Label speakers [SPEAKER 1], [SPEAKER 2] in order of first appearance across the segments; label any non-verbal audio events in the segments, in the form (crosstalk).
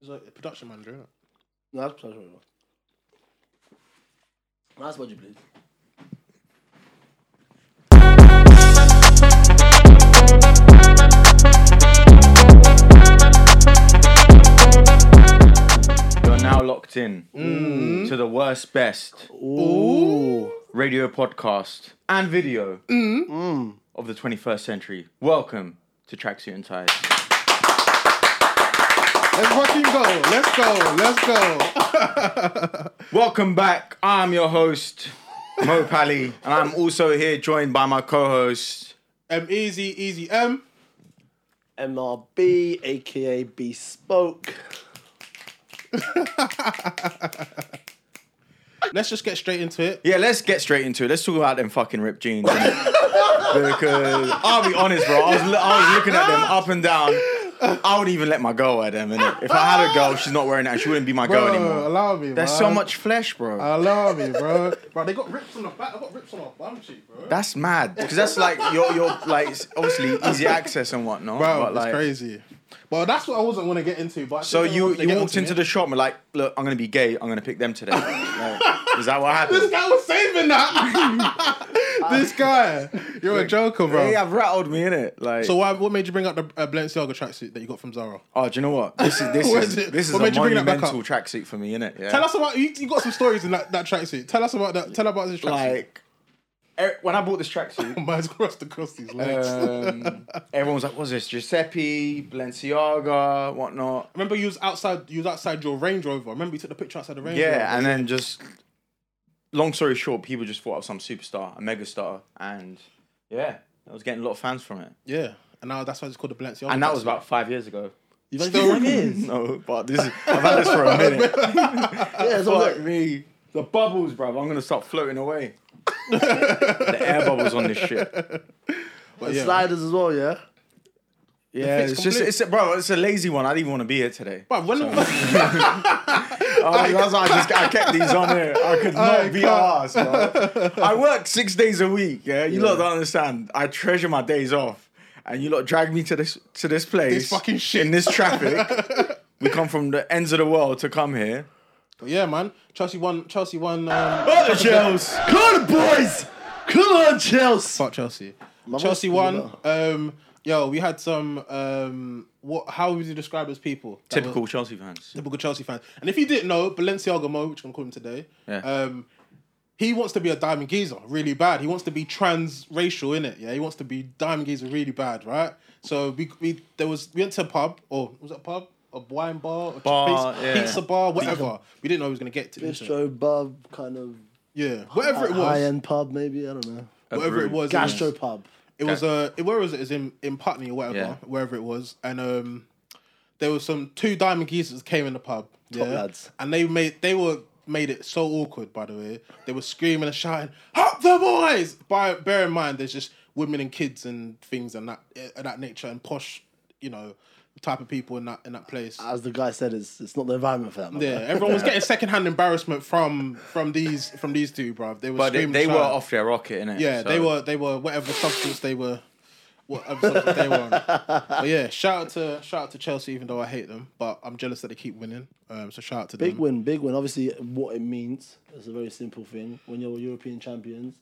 [SPEAKER 1] He's like a production manager, isn't it?
[SPEAKER 2] No, that's Psalm 21. That's what you believe.
[SPEAKER 3] You're now locked in to the worst, best
[SPEAKER 1] Ooh.
[SPEAKER 3] radio podcast and video Mm. of the 21st century. Welcome to Tracksuit and Ties.
[SPEAKER 1] Let's fucking go. Let's go. Let's go. (laughs)
[SPEAKER 3] Welcome back. I'm your host, Mo Pally, and I'm also here joined by my co host.
[SPEAKER 1] M easy, easy M.
[SPEAKER 2] MRB, aka (laughs) Bespoke.
[SPEAKER 1] Let's just get straight into it.
[SPEAKER 3] Yeah, let's get straight into it. Let's talk about them fucking ripped jeans. innit? because I'll be honest, bro. I was, lo- I was looking at them up and down. I wouldn't even let my girl wear them. Innit? If I had a girl, she's not wearing that. She wouldn't be my girl anymore.
[SPEAKER 1] allow me.
[SPEAKER 3] There's
[SPEAKER 1] man.
[SPEAKER 3] so much flesh, bro.
[SPEAKER 1] Allow me, bro. bro, they got rips on the back. They got rips on our bum cheek, bro.
[SPEAKER 3] That's mad because that's like your your like it's obviously easy access and whatnot.
[SPEAKER 1] Bro,
[SPEAKER 3] but,
[SPEAKER 1] that's
[SPEAKER 3] like,
[SPEAKER 1] crazy. Well, that's what I wasn't going to get into. But I
[SPEAKER 3] So
[SPEAKER 1] think
[SPEAKER 3] you
[SPEAKER 1] once they
[SPEAKER 3] you
[SPEAKER 1] get
[SPEAKER 3] walked
[SPEAKER 1] onto
[SPEAKER 3] into
[SPEAKER 1] me-
[SPEAKER 3] the shop and like, look, I'm gonna be gay. I'm gonna pick
[SPEAKER 1] (laughs)
[SPEAKER 3] them today. Like, is that what
[SPEAKER 1] This
[SPEAKER 3] happened?
[SPEAKER 1] guy was saving that. (laughs) this guy, you're a joker, bro.
[SPEAKER 3] They have rattled me in it. Like,
[SPEAKER 1] So why, what made you bring up the uh, Balenciaga tracksuit that you got from Zara?
[SPEAKER 3] oh, do you know what? This is
[SPEAKER 1] (laughs)
[SPEAKER 3] this
[SPEAKER 1] What
[SPEAKER 3] is
[SPEAKER 1] is it?
[SPEAKER 3] this is
[SPEAKER 1] What
[SPEAKER 3] a
[SPEAKER 1] made you bring that back
[SPEAKER 3] monumental tracksuit for me, innit? Yeah.
[SPEAKER 1] Tell us about you, you got some stories in that, that tracksuit. Tell us about that. Tell about this (laughs) tracksuit.
[SPEAKER 3] like er- when I bought this tracksuit,
[SPEAKER 1] (laughs) Mine's crossed across these legs.
[SPEAKER 3] um, everyone was like, "What's this? Giuseppe, Balenciaga, whatnot."
[SPEAKER 1] Remember, you was outside. You was outside your Range Rover. Remember, you took the picture outside the Range Rover.
[SPEAKER 3] Yeah, and then just long story short, people just thought I was some superstar, a megastar, and yeah, I was getting a lot of fans from it.
[SPEAKER 1] yeah. And now that's why it's called the Balenciaga.
[SPEAKER 3] And that was
[SPEAKER 1] tracksuit.
[SPEAKER 3] about five years ago.
[SPEAKER 1] You've only done
[SPEAKER 3] (laughs)
[SPEAKER 1] one-
[SPEAKER 3] No, but this is I've had this for a (laughs) minute.
[SPEAKER 2] Yeah, so
[SPEAKER 3] Fuck
[SPEAKER 2] like,
[SPEAKER 3] me. The bubbles, bruv. I'm gonna start floating away. the air bubbles on this shit.
[SPEAKER 1] But yeah.
[SPEAKER 2] sliders as well, yeah?
[SPEAKER 3] Yeah,
[SPEAKER 1] fit's
[SPEAKER 3] it's just
[SPEAKER 1] complete.
[SPEAKER 3] it's a, bro. It's a lazy one. I didn't even want to be here today.
[SPEAKER 1] Bruv, when the fuck-
[SPEAKER 3] (laughs) I, Oh, that's why I just I kept these on here. (laughs) I could not
[SPEAKER 1] I
[SPEAKER 3] be
[SPEAKER 1] can't.
[SPEAKER 3] arsed. bro. I work six days a week. Yeah, you lot don't understand. I treasure my days off, and you lot drag me to this to this place.
[SPEAKER 1] This fucking shit.
[SPEAKER 3] in this
[SPEAKER 1] (laughs)
[SPEAKER 3] traffic. we come from the ends of the world to come here.
[SPEAKER 1] But (laughs) yeah, man. Chelsea won. Chelsea won.
[SPEAKER 3] (coughs)
[SPEAKER 1] Um,
[SPEAKER 3] Oh, Chels.
[SPEAKER 2] Come on, boys! Come on, Chelsea!
[SPEAKER 1] fuck Chelsea. Chelsea won. Um, yo, we had some. Um, what? How would you describe as people? that were-
[SPEAKER 3] Typical Chelsea fans.
[SPEAKER 1] typical Chelsea fans. And if you didn't know, Balenciaga Mo, which I'm calling him today,
[SPEAKER 3] Yeah.
[SPEAKER 1] um, he wants to be a diamond geezer really bad. He wants to be transracial in it. Yeah, he wants to be diamond geezer really bad, right? So we, we there was we went to a pub or was it a pub? A wine bar, a
[SPEAKER 3] Bar,
[SPEAKER 1] pizza,
[SPEAKER 3] yeah.
[SPEAKER 1] pizza bar, whatever. We didn't know he was gonna get to this.
[SPEAKER 2] Bistro, pub, kind of.
[SPEAKER 1] Yeah, whatever it
[SPEAKER 2] High
[SPEAKER 1] was,
[SPEAKER 2] end pub, maybe, I don't know.
[SPEAKER 1] whatever it
[SPEAKER 3] brew.
[SPEAKER 1] was, it was-
[SPEAKER 2] Gastro pub.
[SPEAKER 1] It was uh, it- where was it? It was in in Putney or whatever,
[SPEAKER 3] Yeah.
[SPEAKER 1] wherever it was. And um, there was some two diamond geezers came in the pub.
[SPEAKER 2] Top
[SPEAKER 1] yeah?
[SPEAKER 2] lads.
[SPEAKER 1] And they made they were made it so awkward. By the way, they were screaming and shouting, "Up the boys!" By bear in mind, there's just women and kids and things and that of that nature and posh, you know, type of people in that in that place.
[SPEAKER 2] As the guy said, it's, it's not the environment for that, man.
[SPEAKER 1] yeah, everyone was getting secondhand embarrassment from from these from these two, bruv. They were
[SPEAKER 3] But they,
[SPEAKER 1] screaming,
[SPEAKER 3] they were
[SPEAKER 1] shouting.
[SPEAKER 3] off their rocket, innit?
[SPEAKER 1] Yeah,
[SPEAKER 3] So-
[SPEAKER 1] they were they were whatever substance they were, whatever substance they were on. But yeah, shout out to shout out to Chelsea, even though I hate them, but I'm jealous that they keep winning. Um, so shout out to
[SPEAKER 2] Big
[SPEAKER 1] them.
[SPEAKER 2] win, big win. Obviously, what it means is a very simple thing. When you're European champions,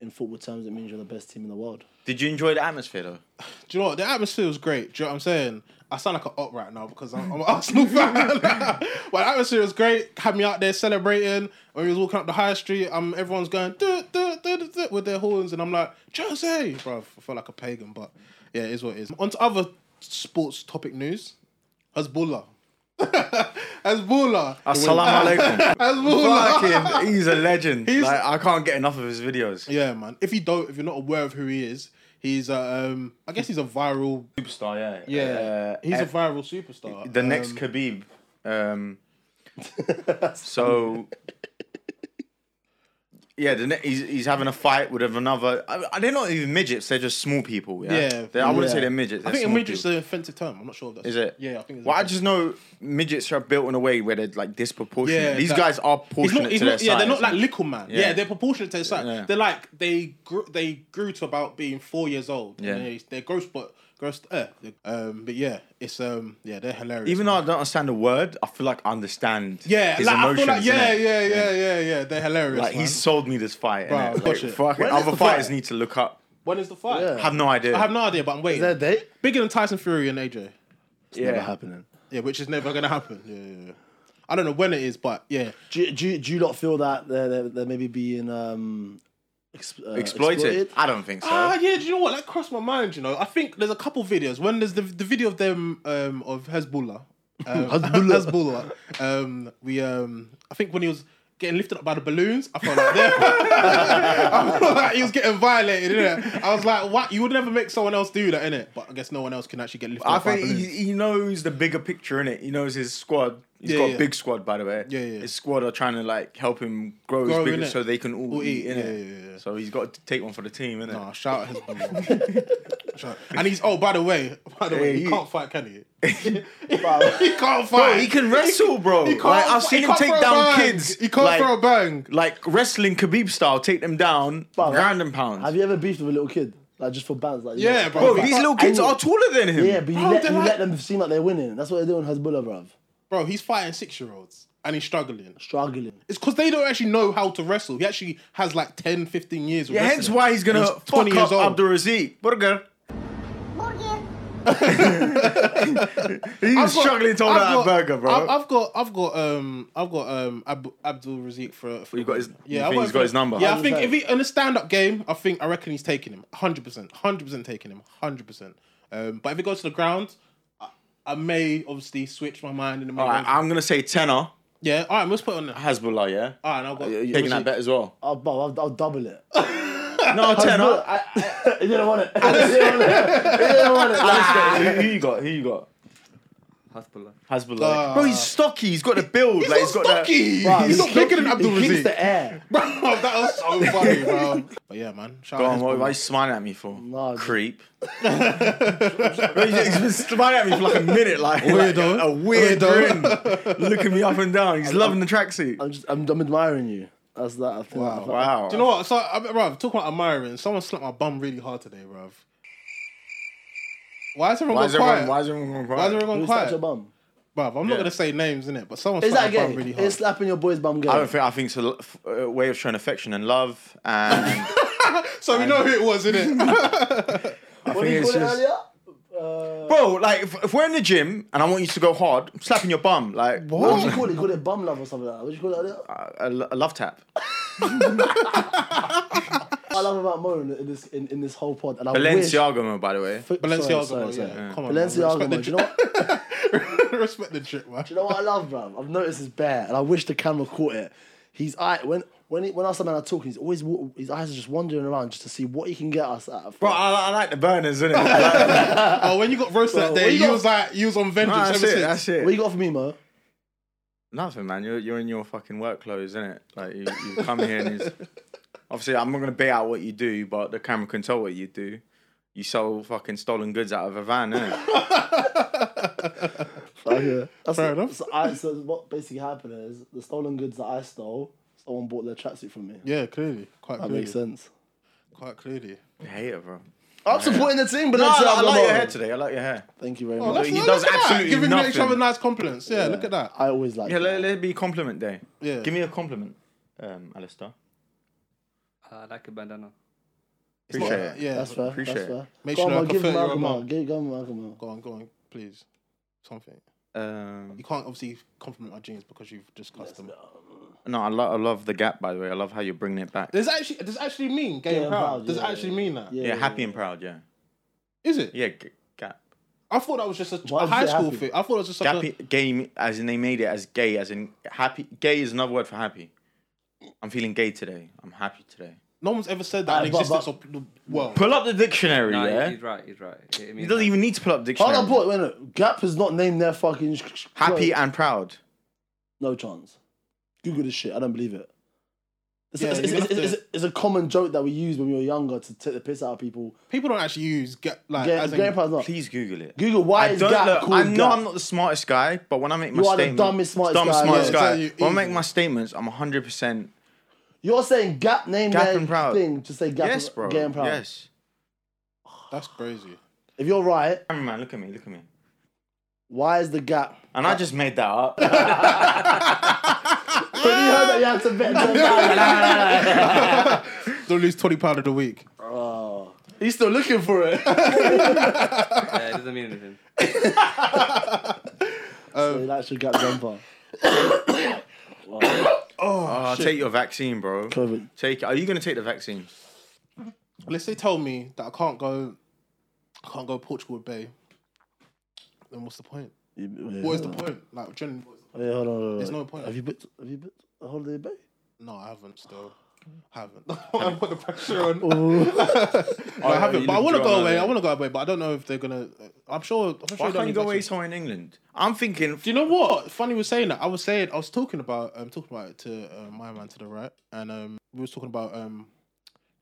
[SPEAKER 2] in football terms, it means you're the best team in the world.
[SPEAKER 3] Did you enjoy the
[SPEAKER 1] (laughs)
[SPEAKER 3] atmosphere though?
[SPEAKER 1] Do you know what? The atmosphere was great. Do you know what I'm saying? I sound like an op right now because I'm, I'm an (laughs) Arsenal fan. but the atmosphere was great. Had me out there celebrating. When we was walking up the high street, um, everyone's going duh, duh, duh, duh, duh, with their horns, and I'm like, Jose, bro, I felt like a pagan, but yeah, it is what it is. On to other sports topic news. Hezbollah. (laughs) Hezbollah.
[SPEAKER 3] Assalamu alaikum.
[SPEAKER 1] (laughs) Hezbollah.
[SPEAKER 3] Fucking, he's a legend.
[SPEAKER 1] He's-
[SPEAKER 3] Like, I can't get enough of his videos.
[SPEAKER 1] Yeah, man. If you don't, if you're not aware of who he is, he's uh, um, I guess he's a viral.
[SPEAKER 3] Superstar, yeah.
[SPEAKER 1] Yeah,
[SPEAKER 3] Uh,
[SPEAKER 1] he's a
[SPEAKER 3] ev-
[SPEAKER 1] viral superstar.
[SPEAKER 3] the next
[SPEAKER 1] Um,
[SPEAKER 3] Khabib.
[SPEAKER 1] (laughs)
[SPEAKER 3] Um, so yeah, the ne- he's he's having a fight with another. I, I- they're not even midgets; they're just small people. Yeah,
[SPEAKER 1] Yeah.
[SPEAKER 3] They- I wouldn't
[SPEAKER 2] Yeah.
[SPEAKER 3] say they're
[SPEAKER 1] I
[SPEAKER 3] midgets. they're
[SPEAKER 1] think a
[SPEAKER 3] small
[SPEAKER 1] midget's
[SPEAKER 3] people.
[SPEAKER 1] an offensive term. I'm not sure if that's
[SPEAKER 3] Is it?
[SPEAKER 1] Yeah, I think. It's
[SPEAKER 3] Well, I
[SPEAKER 1] offensive.
[SPEAKER 3] just know midgets are built in a way where they're like disproportionate.
[SPEAKER 1] Yeah,
[SPEAKER 3] These
[SPEAKER 1] that-
[SPEAKER 3] guys are
[SPEAKER 1] He's
[SPEAKER 3] proportionate
[SPEAKER 1] not, he's
[SPEAKER 3] to
[SPEAKER 1] not,
[SPEAKER 3] their
[SPEAKER 1] yeah, they're
[SPEAKER 3] size.
[SPEAKER 1] not like little man. Yeah,
[SPEAKER 3] Yeah.
[SPEAKER 1] they're proportionate to their size.
[SPEAKER 3] Yeah.
[SPEAKER 1] They're like they grew, they grew to about being four years old.
[SPEAKER 3] Yeah.
[SPEAKER 1] and they, their growth spot gross. Uh, um, but yeah, it's um, yeah, they're hilarious.
[SPEAKER 3] Even though I don't understand the word, I feel like I understand
[SPEAKER 1] yeah,
[SPEAKER 3] his
[SPEAKER 1] like, I
[SPEAKER 3] emotions.
[SPEAKER 1] feel like yeah,
[SPEAKER 3] innit?
[SPEAKER 1] yeah, yeah, yeah, yeah, they're hilarious.
[SPEAKER 3] Like
[SPEAKER 1] man.
[SPEAKER 3] he sold me this fight.
[SPEAKER 1] Bro,
[SPEAKER 3] innit?
[SPEAKER 1] watch it.
[SPEAKER 3] like, fuck it.
[SPEAKER 2] When is
[SPEAKER 3] Other
[SPEAKER 2] the
[SPEAKER 3] fighters
[SPEAKER 2] fight?
[SPEAKER 3] need to look up.
[SPEAKER 1] when is the fight?
[SPEAKER 2] Yeah.
[SPEAKER 3] I have no idea.
[SPEAKER 1] I have no idea, but I'm waiting.
[SPEAKER 2] Is that a date?
[SPEAKER 1] Bigger than Tyson Fury and AJ.
[SPEAKER 3] yeah.
[SPEAKER 2] Never happening.
[SPEAKER 1] Yeah, which is never gonna happen. Yeah, yeah, yeah. I don't know when it is, but yeah,
[SPEAKER 2] Do, you- do, you- do you not feel that they're, they're, they're maybe being um, ex- uh,
[SPEAKER 3] Exploited? I don't think so.
[SPEAKER 1] Ah, yeah. Do you know what? That crossed my mind. You know, I think there's a couple videos. When there's the the video of them um, of
[SPEAKER 3] (laughs)
[SPEAKER 1] Hezbollah, um,
[SPEAKER 2] Hezbollah.
[SPEAKER 1] Hezbollah. Um, we um, I think when he was getting lifted up by the balloons, I felt like, (laughs) I felt like he was getting violated. Innit? I was like, what? You would never make someone else do that, innit? But I guess no one else can actually get lifted
[SPEAKER 3] I
[SPEAKER 1] up by
[SPEAKER 3] think
[SPEAKER 1] balloons.
[SPEAKER 3] he, he knows the bigger picture in it. He knows his squad. He's
[SPEAKER 1] Yeah,
[SPEAKER 3] got
[SPEAKER 1] yeah.
[SPEAKER 3] a big squad, by the way.
[SPEAKER 1] Yeah, yeah.
[SPEAKER 3] His squad are trying to like help him grow,
[SPEAKER 1] Grow,
[SPEAKER 3] his bigger
[SPEAKER 1] innit?
[SPEAKER 3] so they can all,
[SPEAKER 1] All
[SPEAKER 3] eat.
[SPEAKER 1] eat,
[SPEAKER 3] in it.
[SPEAKER 1] yeah, yeah, yeah.
[SPEAKER 3] So he's got to take one for the team, innit?
[SPEAKER 1] Nah, Ah, shout out Hezbollah. (laughs) Shout out. and he's oh, by the way, by the way,
[SPEAKER 3] Yeah,
[SPEAKER 1] he
[SPEAKER 3] you-
[SPEAKER 1] can't fight, can
[SPEAKER 3] (laughs)
[SPEAKER 1] he? he can't fight.
[SPEAKER 3] he can wrestle, bro.
[SPEAKER 1] He can't
[SPEAKER 3] like, I've
[SPEAKER 1] fi-
[SPEAKER 3] seen
[SPEAKER 1] he
[SPEAKER 3] him
[SPEAKER 1] can't
[SPEAKER 3] take
[SPEAKER 1] throw a
[SPEAKER 3] down
[SPEAKER 1] bang.
[SPEAKER 3] kids.
[SPEAKER 1] He can't
[SPEAKER 3] like,
[SPEAKER 1] throw a bang.
[SPEAKER 3] like wrestling Khabib style, take them down,
[SPEAKER 2] Bro,
[SPEAKER 3] ground and pound.
[SPEAKER 2] Have you ever beefed with a little kid? Like just for bands? Like, you
[SPEAKER 1] Yeah,
[SPEAKER 2] know,
[SPEAKER 1] bro.
[SPEAKER 3] bro,
[SPEAKER 2] like-
[SPEAKER 3] these little kids
[SPEAKER 2] and-
[SPEAKER 3] are taller than him.
[SPEAKER 2] Yeah, but you,
[SPEAKER 1] Bro,
[SPEAKER 2] let,
[SPEAKER 1] they're
[SPEAKER 2] you
[SPEAKER 1] like-
[SPEAKER 2] let them seem like they're winning. That's what they do in Hezbollah, bruv.
[SPEAKER 1] Bro, he's fighting six year olds and he's struggling.
[SPEAKER 2] Struggling.
[SPEAKER 1] It's because they don't actually know how to wrestle. He actually has like 10, 15 years. Of
[SPEAKER 3] Yeah,
[SPEAKER 1] wrestling.
[SPEAKER 3] hence why he's gonna
[SPEAKER 1] He's
[SPEAKER 3] fuck
[SPEAKER 1] 20 years
[SPEAKER 3] up
[SPEAKER 1] old.
[SPEAKER 3] Abdul Razik. Burger.
[SPEAKER 4] Burger.
[SPEAKER 3] He's
[SPEAKER 1] I've got-
[SPEAKER 3] struggling to hold
[SPEAKER 1] I've got-
[SPEAKER 3] out that burger, bro.
[SPEAKER 1] I've, I've got, I've got, um, I've got um, Ab- Abdul Razik for. for
[SPEAKER 3] You got his- you
[SPEAKER 1] yeah,
[SPEAKER 3] think
[SPEAKER 1] I want
[SPEAKER 3] he's got
[SPEAKER 1] him-
[SPEAKER 3] his number?
[SPEAKER 1] Yeah, I think if he in a stand-up game, I think I reckon he's taking him, hundred percent, hundred percent taking him, hundred percent. Um, but if it goes to the ground, I, I may obviously switch my mind in the
[SPEAKER 3] All right,
[SPEAKER 1] moment.
[SPEAKER 3] I'm gonna say tenor
[SPEAKER 1] yeah, all right, let's put it on. there.
[SPEAKER 3] Hasbullah. Yeah,
[SPEAKER 1] All right, I've got
[SPEAKER 3] you taking that bet as well.
[SPEAKER 2] I'll, Oh, bro, I'll, I'll
[SPEAKER 1] (laughs)
[SPEAKER 2] double it.
[SPEAKER 1] Uh,
[SPEAKER 3] No, tenor.
[SPEAKER 2] Look, I, I, (laughs) you didn't want it. You didn't want it. You
[SPEAKER 1] (laughs)
[SPEAKER 2] didn't want it.
[SPEAKER 3] who, who you got? Who you got?
[SPEAKER 5] Hasbullah.
[SPEAKER 3] Hasbullah.
[SPEAKER 1] Uh,
[SPEAKER 3] bro, he's stocky. He's got the build.
[SPEAKER 1] He's
[SPEAKER 3] like,
[SPEAKER 1] not
[SPEAKER 3] he's got
[SPEAKER 1] stocky.
[SPEAKER 2] Bro,
[SPEAKER 1] (laughs) he's not
[SPEAKER 2] he
[SPEAKER 1] bigger
[SPEAKER 2] kicks-
[SPEAKER 1] than Abdul
[SPEAKER 2] He kicks
[SPEAKER 1] Razik.
[SPEAKER 2] the air.
[SPEAKER 1] Bro, Oh, that was
[SPEAKER 3] (laughs)
[SPEAKER 1] so funny, bro. But yeah, man. Shout
[SPEAKER 3] That. Go
[SPEAKER 1] out
[SPEAKER 3] on, what,
[SPEAKER 1] Hezbollah.
[SPEAKER 3] why are you smiling at me for?
[SPEAKER 2] Nah,
[SPEAKER 1] (laughs)
[SPEAKER 2] dude.
[SPEAKER 3] Creep. bro, he's he's been smiling at me for like a minute, like, like
[SPEAKER 1] Weirdo.
[SPEAKER 3] a weird
[SPEAKER 1] Weirdo.
[SPEAKER 3] grin, looking me up and down. He's loving the tracksuit.
[SPEAKER 2] I'm just, I'm, I'm admiring you. That's that. I think.
[SPEAKER 1] Wow.
[SPEAKER 3] Wow.
[SPEAKER 1] Do you know what? So, I- bro, talking about admiring, someone slapped my bum really hard today, bro. Why is everyone
[SPEAKER 3] Why
[SPEAKER 1] gone
[SPEAKER 3] is everyone?
[SPEAKER 1] quiet?
[SPEAKER 3] Why is everyone going
[SPEAKER 1] Why is
[SPEAKER 3] quiet?
[SPEAKER 1] everyone
[SPEAKER 2] Who
[SPEAKER 1] gone
[SPEAKER 2] slapped your
[SPEAKER 1] quiet?
[SPEAKER 2] bum?
[SPEAKER 1] Bro, I'm not
[SPEAKER 3] Yeah.
[SPEAKER 1] gonna say names, innit? But someone
[SPEAKER 2] Is that
[SPEAKER 1] slapped my
[SPEAKER 2] gay?
[SPEAKER 1] bum really hard.
[SPEAKER 2] Is slapping your boy's bum gay?
[SPEAKER 3] I don't think. I think it's a l- f- a way of showing affection and love, and
[SPEAKER 1] so we know who it was,
[SPEAKER 3] (laughs)
[SPEAKER 1] innit? (laughs)
[SPEAKER 3] I
[SPEAKER 2] What
[SPEAKER 3] think
[SPEAKER 2] did you
[SPEAKER 3] it's
[SPEAKER 2] call it
[SPEAKER 3] just.
[SPEAKER 2] earlier?
[SPEAKER 3] Bro, like if, if we're in the gym and I want you to go hard, I'm slapping your bum, like
[SPEAKER 2] What did you call it? You called it bum love or something like that. What did you call it earlier?
[SPEAKER 3] a, a love tap.
[SPEAKER 2] What I love about Mo in in this in, in this whole pod, and I
[SPEAKER 3] Balenciaga, man, by the way.
[SPEAKER 2] wish.
[SPEAKER 1] Balenciaga,
[SPEAKER 2] sorry, sorry,
[SPEAKER 1] yeah.
[SPEAKER 2] sorry.
[SPEAKER 1] Come on, man.
[SPEAKER 2] Balenciaga,
[SPEAKER 1] Respect the
[SPEAKER 2] man. Do you know what? Do
[SPEAKER 1] Respect the trip, man.
[SPEAKER 2] you know what I love, bro? I've noticed his bear, and I wish the camera caught it. He's I when when he, when us and I talk, he's always wa- his eyes are just wandering around just to see what he can get us at.
[SPEAKER 3] Bro, I, I like the burners, (laughs) innit? Like,
[SPEAKER 1] Oh, when you got roasted that
[SPEAKER 2] Bro,
[SPEAKER 1] day,
[SPEAKER 2] we
[SPEAKER 1] you
[SPEAKER 2] got-
[SPEAKER 1] was like, you was on vengeance
[SPEAKER 3] nah, that's
[SPEAKER 1] ever
[SPEAKER 3] it.
[SPEAKER 1] since.
[SPEAKER 3] That's
[SPEAKER 2] what
[SPEAKER 3] it.
[SPEAKER 2] you got for me, Mo?
[SPEAKER 3] Nothing, man. You're you're in your fucking work clothes, innit? Like you, you come here and (laughs) it's obviously I'm not gonna bait out what you do, but the camera can tell what you do. You sell fucking stolen goods out of a van, (laughs) innit?
[SPEAKER 2] Like, yeah. That's
[SPEAKER 1] Fair enough.
[SPEAKER 2] So, I, so what basically happened is the stolen goods that I stole, someone bought their tracksuit from me.
[SPEAKER 1] Yeah, clearly, quite
[SPEAKER 2] That
[SPEAKER 1] clearly,
[SPEAKER 2] makes sense.
[SPEAKER 1] quite clearly.
[SPEAKER 3] I hate it, bro.
[SPEAKER 2] I'm supporting the team, but
[SPEAKER 3] No,
[SPEAKER 2] that's
[SPEAKER 3] I, I
[SPEAKER 2] I'm
[SPEAKER 3] like your
[SPEAKER 2] not-
[SPEAKER 3] hair today. I like your hair.
[SPEAKER 2] Thank you very
[SPEAKER 1] Oh,
[SPEAKER 2] much.
[SPEAKER 1] that's,
[SPEAKER 3] he
[SPEAKER 1] look
[SPEAKER 3] does
[SPEAKER 1] at that.
[SPEAKER 3] absolutely
[SPEAKER 1] giving each
[SPEAKER 3] nothing.
[SPEAKER 1] other nice compliments. Yeah, look at that.
[SPEAKER 2] I always like.
[SPEAKER 3] Yeah, let, let it be compliment day.
[SPEAKER 1] Yeah.
[SPEAKER 3] Give me a compliment, um, Alistair.
[SPEAKER 5] I Uh, like a bandana.
[SPEAKER 1] It's not-
[SPEAKER 3] Appreciate it.
[SPEAKER 1] Yeah,
[SPEAKER 2] That's fair.
[SPEAKER 3] Appreciate
[SPEAKER 2] that's
[SPEAKER 3] it.
[SPEAKER 2] fair.
[SPEAKER 1] Make
[SPEAKER 2] go
[SPEAKER 1] sure
[SPEAKER 2] on,
[SPEAKER 1] I
[SPEAKER 2] man, give him
[SPEAKER 1] confer your
[SPEAKER 2] Malcolm
[SPEAKER 1] remark.
[SPEAKER 2] out. Give, give him Malcolm out.
[SPEAKER 1] Go on, go on, please. Something.
[SPEAKER 3] Um,
[SPEAKER 1] You can't obviously compliment our jeans because you've discussed them.
[SPEAKER 3] No, I, lo- I love the gap, by the way. I love how you're bringing it back.
[SPEAKER 1] Does it actually does it actually mean gay
[SPEAKER 2] Gay
[SPEAKER 1] and
[SPEAKER 2] and
[SPEAKER 1] proud?
[SPEAKER 2] proud,
[SPEAKER 1] Does it
[SPEAKER 2] yeah,
[SPEAKER 1] actually
[SPEAKER 2] yeah,
[SPEAKER 1] mean that? Is
[SPEAKER 3] Yeah, happy and proud, yeah.
[SPEAKER 1] it?
[SPEAKER 3] Yeah, g- gap.
[SPEAKER 1] I thought that was just a,
[SPEAKER 2] Why
[SPEAKER 1] a
[SPEAKER 2] is
[SPEAKER 1] high
[SPEAKER 2] it
[SPEAKER 1] school
[SPEAKER 2] happy?
[SPEAKER 1] thing. I thought it was just like
[SPEAKER 3] Gappy, gay, as in they made it as gay, as in happy. Gay is another word for happy. I'm feeling gay today. I'm happy today.
[SPEAKER 1] a, no one's ever said that
[SPEAKER 2] Uh,
[SPEAKER 1] in
[SPEAKER 2] but-
[SPEAKER 1] existence
[SPEAKER 2] but-
[SPEAKER 1] of the world.
[SPEAKER 3] Pull up the dictionary,
[SPEAKER 5] Nah,
[SPEAKER 3] yeah?
[SPEAKER 5] he's right. He's right. It, it
[SPEAKER 3] You
[SPEAKER 5] means
[SPEAKER 3] don't even need to pull up dictionary.
[SPEAKER 2] Hold on, point. Wait a minute. Gap has not named their fucking. sh- sh-
[SPEAKER 3] Happy
[SPEAKER 2] clothes.
[SPEAKER 3] and proud.
[SPEAKER 2] No chance. Google this shit. I don't believe it. It's,
[SPEAKER 1] Yeah,
[SPEAKER 2] it's,
[SPEAKER 1] you're
[SPEAKER 2] it's,
[SPEAKER 1] gonna
[SPEAKER 2] it's,
[SPEAKER 1] have
[SPEAKER 2] it's, it's a common joke that we used when we were younger to take the piss out of people.
[SPEAKER 1] People don't actually use get like
[SPEAKER 2] Gay,
[SPEAKER 1] as in,
[SPEAKER 2] gay and proud's not.
[SPEAKER 3] Please Google it.
[SPEAKER 2] Google why
[SPEAKER 3] I
[SPEAKER 2] is
[SPEAKER 3] don't
[SPEAKER 2] Gap
[SPEAKER 3] look,
[SPEAKER 2] called
[SPEAKER 3] I know
[SPEAKER 2] Gap?
[SPEAKER 3] I'm not the smartest guy, but when I make my
[SPEAKER 2] You are the
[SPEAKER 3] statements,
[SPEAKER 2] dumbest smartest
[SPEAKER 3] dumbest
[SPEAKER 2] guy,
[SPEAKER 3] smartest
[SPEAKER 1] yeah.
[SPEAKER 3] guy.
[SPEAKER 1] So you-
[SPEAKER 3] when I
[SPEAKER 1] easy.
[SPEAKER 3] make my statements, I'm 100 percent
[SPEAKER 2] You're saying Gap name
[SPEAKER 3] Gap
[SPEAKER 2] their
[SPEAKER 3] and proud.
[SPEAKER 2] thing to say Gap
[SPEAKER 3] yes,
[SPEAKER 2] and-
[SPEAKER 3] bro.
[SPEAKER 2] Gay and proud.
[SPEAKER 3] Yes,
[SPEAKER 1] That's crazy.
[SPEAKER 2] If you're right,
[SPEAKER 3] Cameraman, look at me, look at me.
[SPEAKER 2] why is the gap?
[SPEAKER 3] And I just made that up. Ah!
[SPEAKER 2] But you heard that you had to
[SPEAKER 3] (laughs)
[SPEAKER 2] bet. ten pounds.
[SPEAKER 1] Don't lose twenty pound of the week.
[SPEAKER 3] Um,
[SPEAKER 2] oh, (laughs) he's still looking for it.
[SPEAKER 5] Yeah, it doesn't mean anything.
[SPEAKER 2] so that should gap jumper.
[SPEAKER 3] Oh, take your vaccine, bro.
[SPEAKER 2] COVID.
[SPEAKER 3] Take. Are you gonna take the vaccine?
[SPEAKER 1] Unless they tell me that I can't go, I can't go Portugal with Bay. Then what's the point? What is the
[SPEAKER 2] Uh.
[SPEAKER 1] point? Like, generally, what is the-
[SPEAKER 2] Wait, hold on, hold on,
[SPEAKER 1] There's
[SPEAKER 2] wait.
[SPEAKER 1] no point.
[SPEAKER 2] Have you booked? Have you booked a holiday bay? (laughs)
[SPEAKER 1] no, I haven't. Still, haven't. (laughs) I put the pressure on. (laughs) No, I haven't.
[SPEAKER 3] you
[SPEAKER 1] But I
[SPEAKER 3] look
[SPEAKER 1] want to
[SPEAKER 3] drunk,
[SPEAKER 1] go away.
[SPEAKER 3] yeah.
[SPEAKER 1] I want to go away. But I don't know if they're gonna. uh, I'm sure. I'm sure
[SPEAKER 3] Why
[SPEAKER 1] they don't
[SPEAKER 3] can't you
[SPEAKER 1] need
[SPEAKER 3] go
[SPEAKER 1] vaccine.
[SPEAKER 3] away somewhere in England? I'm thinking.
[SPEAKER 1] Do you know what? Funny was saying that. I was saying I was talking about um talking about it to uh, my man to the right, and um we was talking about um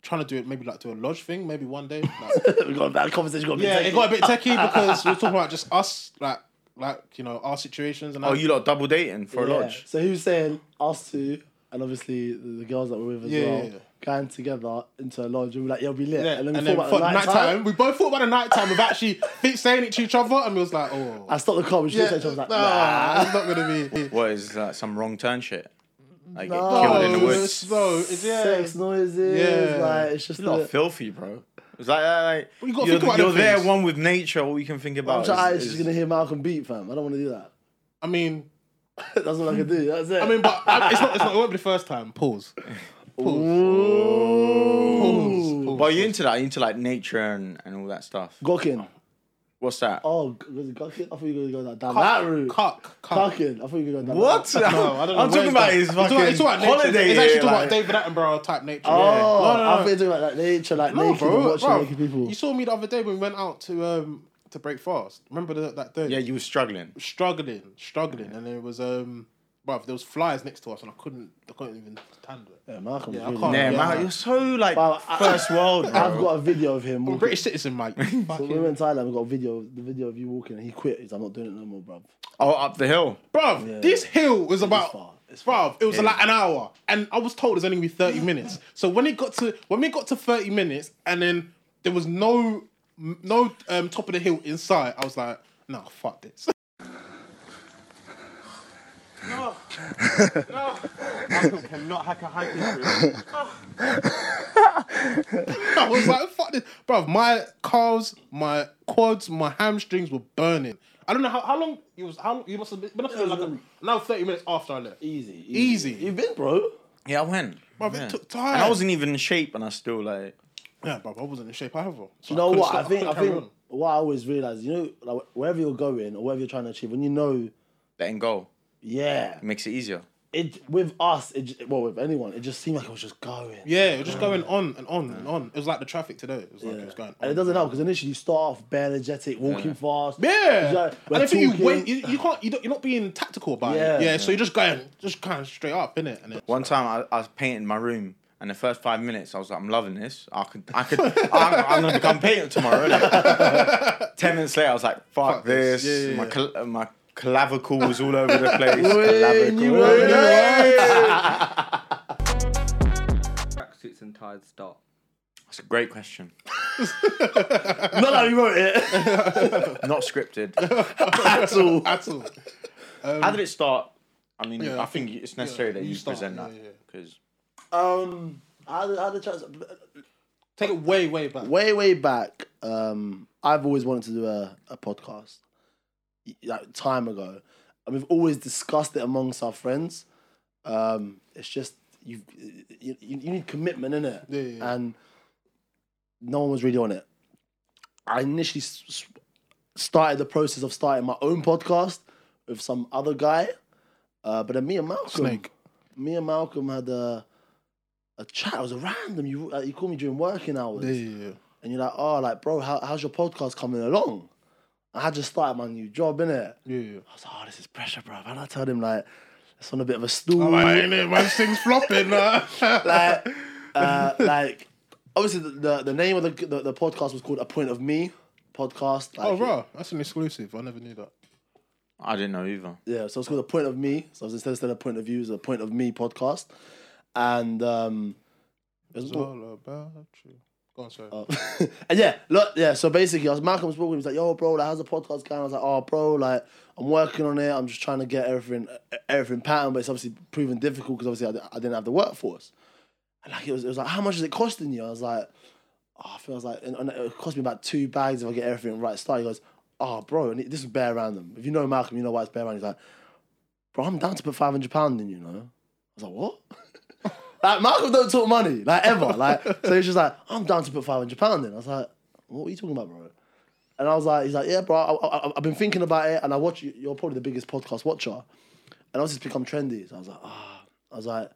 [SPEAKER 1] trying to do it maybe like do a lodge thing maybe one day. Like,
[SPEAKER 2] we got a bad conversation. Got a bit
[SPEAKER 1] yeah,
[SPEAKER 2] techie.
[SPEAKER 1] it got a bit techie because we were talking about just us like like you know our situations and
[SPEAKER 3] Oh,
[SPEAKER 1] that.
[SPEAKER 3] you lot double dating for
[SPEAKER 2] Yeah.
[SPEAKER 3] a lodge.
[SPEAKER 2] So he was saying us two, and obviously the, the girls that we're with as
[SPEAKER 1] Yeah,
[SPEAKER 2] well,
[SPEAKER 1] yeah, yeah.
[SPEAKER 2] going together into a lodge. And we're like, yeah, we lit.
[SPEAKER 1] yeah,
[SPEAKER 2] and then we thought
[SPEAKER 1] for
[SPEAKER 2] about the night time.
[SPEAKER 1] we both thought about the night time of actually think- saying it to each other, and we was like, oh,
[SPEAKER 2] I stopped the car. We just
[SPEAKER 1] yeah,
[SPEAKER 2] looked at each other like, nah.
[SPEAKER 1] nah, it's not gonna be.
[SPEAKER 3] What is that? Some wrong turn shit? Like get
[SPEAKER 2] No.
[SPEAKER 3] killed in the
[SPEAKER 1] No,
[SPEAKER 3] woods.
[SPEAKER 1] it's- no, it's- yeah.
[SPEAKER 2] Sex noises.
[SPEAKER 1] Yeah.
[SPEAKER 2] Like it's just.
[SPEAKER 3] It's not
[SPEAKER 2] a-
[SPEAKER 3] filthy, bro. It's like, uh, like
[SPEAKER 1] you gotta
[SPEAKER 3] you're,
[SPEAKER 1] think about
[SPEAKER 3] you're
[SPEAKER 1] them
[SPEAKER 3] there,
[SPEAKER 1] things.
[SPEAKER 3] one with nature. All you can think
[SPEAKER 2] I'm
[SPEAKER 3] about
[SPEAKER 2] sure
[SPEAKER 3] is,
[SPEAKER 2] Alex
[SPEAKER 3] is
[SPEAKER 2] is gonna hear Malcolm beat, fam. I don't want to do that. (laughs)
[SPEAKER 1] I mean,
[SPEAKER 2] That's what I
[SPEAKER 1] (laughs)
[SPEAKER 2] can do. That's it.
[SPEAKER 1] I mean, but I, it's not. It's not. It won't be the first time. Pause. Pause. Pause.
[SPEAKER 3] But you into that? You into like nature and, and all that stuff?
[SPEAKER 2] Gawking.
[SPEAKER 3] What's that?
[SPEAKER 2] Oh, g- was it Gawking? I thought you were gonna go down, down that route.
[SPEAKER 1] Cuck. Cuck.
[SPEAKER 2] Gawking. I thought you were gonna go
[SPEAKER 3] (laughs)
[SPEAKER 2] down.
[SPEAKER 3] What?
[SPEAKER 1] No,
[SPEAKER 3] (laughs)
[SPEAKER 1] I don't know. where
[SPEAKER 3] I'm talking
[SPEAKER 1] it's
[SPEAKER 3] about
[SPEAKER 1] that-
[SPEAKER 3] his
[SPEAKER 1] it's about-
[SPEAKER 3] fucking
[SPEAKER 1] it's about nature.
[SPEAKER 3] holiday.
[SPEAKER 1] It's actually
[SPEAKER 3] here,
[SPEAKER 1] talking about
[SPEAKER 3] like,
[SPEAKER 1] David Attenborough type nature.
[SPEAKER 2] That. Oh,
[SPEAKER 1] Yeah. No, no, no.
[SPEAKER 2] I thought you were talking about like nature, like
[SPEAKER 1] No,
[SPEAKER 2] naked and
[SPEAKER 1] bro,
[SPEAKER 2] watching
[SPEAKER 1] bro.
[SPEAKER 2] naked people.
[SPEAKER 1] You saw me the other day when we went out to um to break fast. Remember the, that day?
[SPEAKER 3] yeah, you were struggling.
[SPEAKER 1] Struggling, struggling, and it was um, bro, there was flies next to us, and I couldn't, I couldn't even handle it.
[SPEAKER 2] Yeah, Malcolm.
[SPEAKER 1] Yeah, I
[SPEAKER 2] really
[SPEAKER 1] can't-
[SPEAKER 3] Yeah,
[SPEAKER 1] Yeah,
[SPEAKER 3] man,
[SPEAKER 1] man.
[SPEAKER 3] you're so like
[SPEAKER 2] Well, I-
[SPEAKER 1] (laughs)
[SPEAKER 3] first world, bro.
[SPEAKER 2] I've got a video of him.
[SPEAKER 1] I'm a
[SPEAKER 2] Walking.
[SPEAKER 1] British citizen, Mike.
[SPEAKER 2] So
[SPEAKER 1] Fucking-
[SPEAKER 2] when we were in Thailand, we got a video, the video of you walking, and he quit. He's, I'm not doing it no more, bruv.
[SPEAKER 3] oh, up the hill.
[SPEAKER 1] Bruv,
[SPEAKER 2] Yeah.
[SPEAKER 1] this hill was about
[SPEAKER 2] far. It's
[SPEAKER 1] bruv, it was like an hour. And I was told it was only gonna be
[SPEAKER 2] (laughs)
[SPEAKER 1] 30 minutes. So when it got to when we got to 30 minutes and then there was no no um, top of the hill inside, I was like, no, fuck this. (laughs) (laughs) I was like, fuck this. Bruv, my calves, my quads, my hamstrings were burning. I don't know how, how long it was. How you must have been? Must have been like a, now thirty minutes after I left.
[SPEAKER 2] Easy,
[SPEAKER 1] Easy.
[SPEAKER 2] You've been, bro.
[SPEAKER 3] Yeah, I went.
[SPEAKER 1] Bruv,
[SPEAKER 3] Yeah.
[SPEAKER 1] it took time.
[SPEAKER 3] And I wasn't even in shape, and I still like.
[SPEAKER 1] Yeah, bruv, I wasn't in shape either. So
[SPEAKER 2] You know
[SPEAKER 1] couldn't
[SPEAKER 2] what?
[SPEAKER 1] stop-
[SPEAKER 2] I think. I,
[SPEAKER 1] couldn't
[SPEAKER 2] think
[SPEAKER 1] carry on.
[SPEAKER 2] what I always realize, you know, like wherever you're going or wherever you're trying to achieve, when you know,
[SPEAKER 3] letting go
[SPEAKER 2] yeah,
[SPEAKER 3] makes it easier.
[SPEAKER 2] it with us, it j- well with anyone, it just seemed like it was just going.
[SPEAKER 1] Yeah, it was just going on and on and on. It was like the traffic today. It was like it was going. On.
[SPEAKER 2] And it doesn't help because initially you start off bare energetic, walking fast.
[SPEAKER 1] Yeah,
[SPEAKER 2] You're
[SPEAKER 1] and
[SPEAKER 2] like,
[SPEAKER 1] I
[SPEAKER 2] we're
[SPEAKER 1] don't think
[SPEAKER 2] talking.
[SPEAKER 1] you wait. You, you can't. You don't, you're not being tactical about
[SPEAKER 2] Yeah.
[SPEAKER 1] it. Yeah, so you're just going, just kind of straight up, innit? And it,
[SPEAKER 3] One time I, I was painting my room, and the first five minutes I was like, I'm loving this. I could, I
[SPEAKER 1] (laughs)
[SPEAKER 3] could, I'm, I'm gonna become painter
[SPEAKER 1] (laughs)
[SPEAKER 3] tomorrow. innit?" Ten minutes later, I was like, fuck,
[SPEAKER 1] Fuck
[SPEAKER 3] this.
[SPEAKER 1] this. Yeah, yeah,
[SPEAKER 3] my
[SPEAKER 1] yeah.
[SPEAKER 3] cl- uh, my clavicle was all over the place.
[SPEAKER 2] When you were
[SPEAKER 3] Clavicle.
[SPEAKER 5] Tracksuits and ties start.
[SPEAKER 3] That's a
[SPEAKER 1] (laughs)
[SPEAKER 3] great question.
[SPEAKER 2] Not that we wrote it
[SPEAKER 3] (laughs) Not scripted.
[SPEAKER 2] at
[SPEAKER 1] (laughs)
[SPEAKER 2] all.
[SPEAKER 1] at all.
[SPEAKER 3] How did it start? I mean,
[SPEAKER 1] Yeah,
[SPEAKER 3] I
[SPEAKER 1] I
[SPEAKER 3] think
[SPEAKER 1] think-
[SPEAKER 3] it's necessary
[SPEAKER 1] yeah,
[SPEAKER 3] that you,
[SPEAKER 1] you start,
[SPEAKER 3] present
[SPEAKER 1] yeah,
[SPEAKER 3] that
[SPEAKER 1] yeah.
[SPEAKER 3] because
[SPEAKER 2] Um, I had, I had a chance.
[SPEAKER 1] Take it way, way back.
[SPEAKER 2] way way back um i've always wanted to do a, a podcast y- like time ago and we've always discussed it amongst our friends um it's just you you, you need commitment in it
[SPEAKER 1] Yeah, yeah, yeah.
[SPEAKER 2] and no one was really on it i initially s- s- started the process of starting my own podcast with some other guy uh but then me and malcolm
[SPEAKER 1] Snake.
[SPEAKER 2] me and malcolm had a a chat it was random you uh, you called me during working hours
[SPEAKER 1] Yeah, yeah, yeah.
[SPEAKER 2] and you're like, oh, like, bro, how, how's your podcast coming along? I had just started my new job, innit?
[SPEAKER 1] yeah. yeah.
[SPEAKER 2] I was like, oh, this is pressure, bro. And I told him, like, it's on a bit of a stool.
[SPEAKER 1] I'm like, ain't it? Man, things flopping. uh.
[SPEAKER 2] like, uh, like, obviously, the, the, the name of the, the, the podcast was called A Point of Me podcast. Like,
[SPEAKER 1] (laughs) oh, bro, that's an exclusive. I never knew that.
[SPEAKER 3] I didn't know either.
[SPEAKER 2] Yeah, so it's called A Point of Me. So it was instead of saying a point of view, it's a point of me podcast. And um, it was,
[SPEAKER 1] It's all about you. Go on, sorry.
[SPEAKER 2] (laughs) and yeah, look, yeah. So basically, I was Malcolm spoke. He was like, "Yo, bro, like, how's the podcast going?" I was like, "Oh, bro, like, I'm working on it. I'm just trying to get everything, everything pattern, but it's obviously proven difficult because obviously I, di- I didn't have the workforce." And like, it was, it was like, "How much is it costing you?" I was like, oh, "I feel I was like, and, and it cost me about two bags if I get everything right." Start. He goes, "Oh, bro, and this is bare random. If you know Malcolm, you know why it's bare random." He's like, "Bro, I'm down to put five hundred pound in you, you know." I was like, "What?" Like Malcolm don't talk money, like ever. Like so he's just like, I'm down to put five hundred pound in. I was like, what are you talking about, bro? And I was like, he's like, yeah, bro. I, I, I've been thinking about it, and I watch. you- You're probably the biggest podcast watcher, and I was just become trendy. So I was like, ah, I was like, I,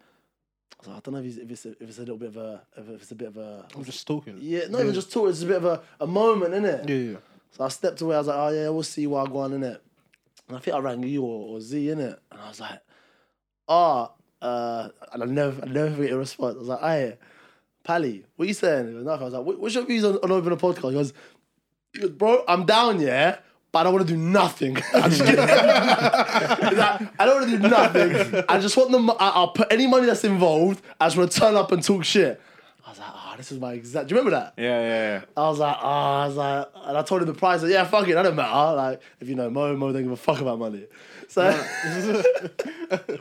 [SPEAKER 2] was like, I don't know if, he's, if it's a, if it's a little bit of a if it's a bit of a
[SPEAKER 1] I'm just stalking.
[SPEAKER 2] yeah, not even just talk. It's a bit of a, a moment, isn't it?
[SPEAKER 1] Yeah, yeah.
[SPEAKER 2] So I stepped away. I was like, oh yeah, we'll see what I go on in it. And I think I rang you or, or Z in it, and I was like, ah, uh, and I never, I never get a response. I was like, hey, Pally, what you saying? He goes, nothing. I was like, what- what's your views on, on opening a podcast? He goes, he goes, bro, I'm down, yeah. But I don't want to do nothing. (laughs) I'm just kidding. He's like, I don't want to do nothing. I just want the. mo- I, I'll put any money that's involved. I just want to turn up and talk shit. I was like, ah, this is my exact. Do you remember that?
[SPEAKER 3] Yeah, yeah, yeah.
[SPEAKER 2] I was like, oh, I was like, and I told him the price. Like, yeah, fuck it, that don't matter. Like, if you know Mo, Mo don't give a fuck about money. So, (laughs)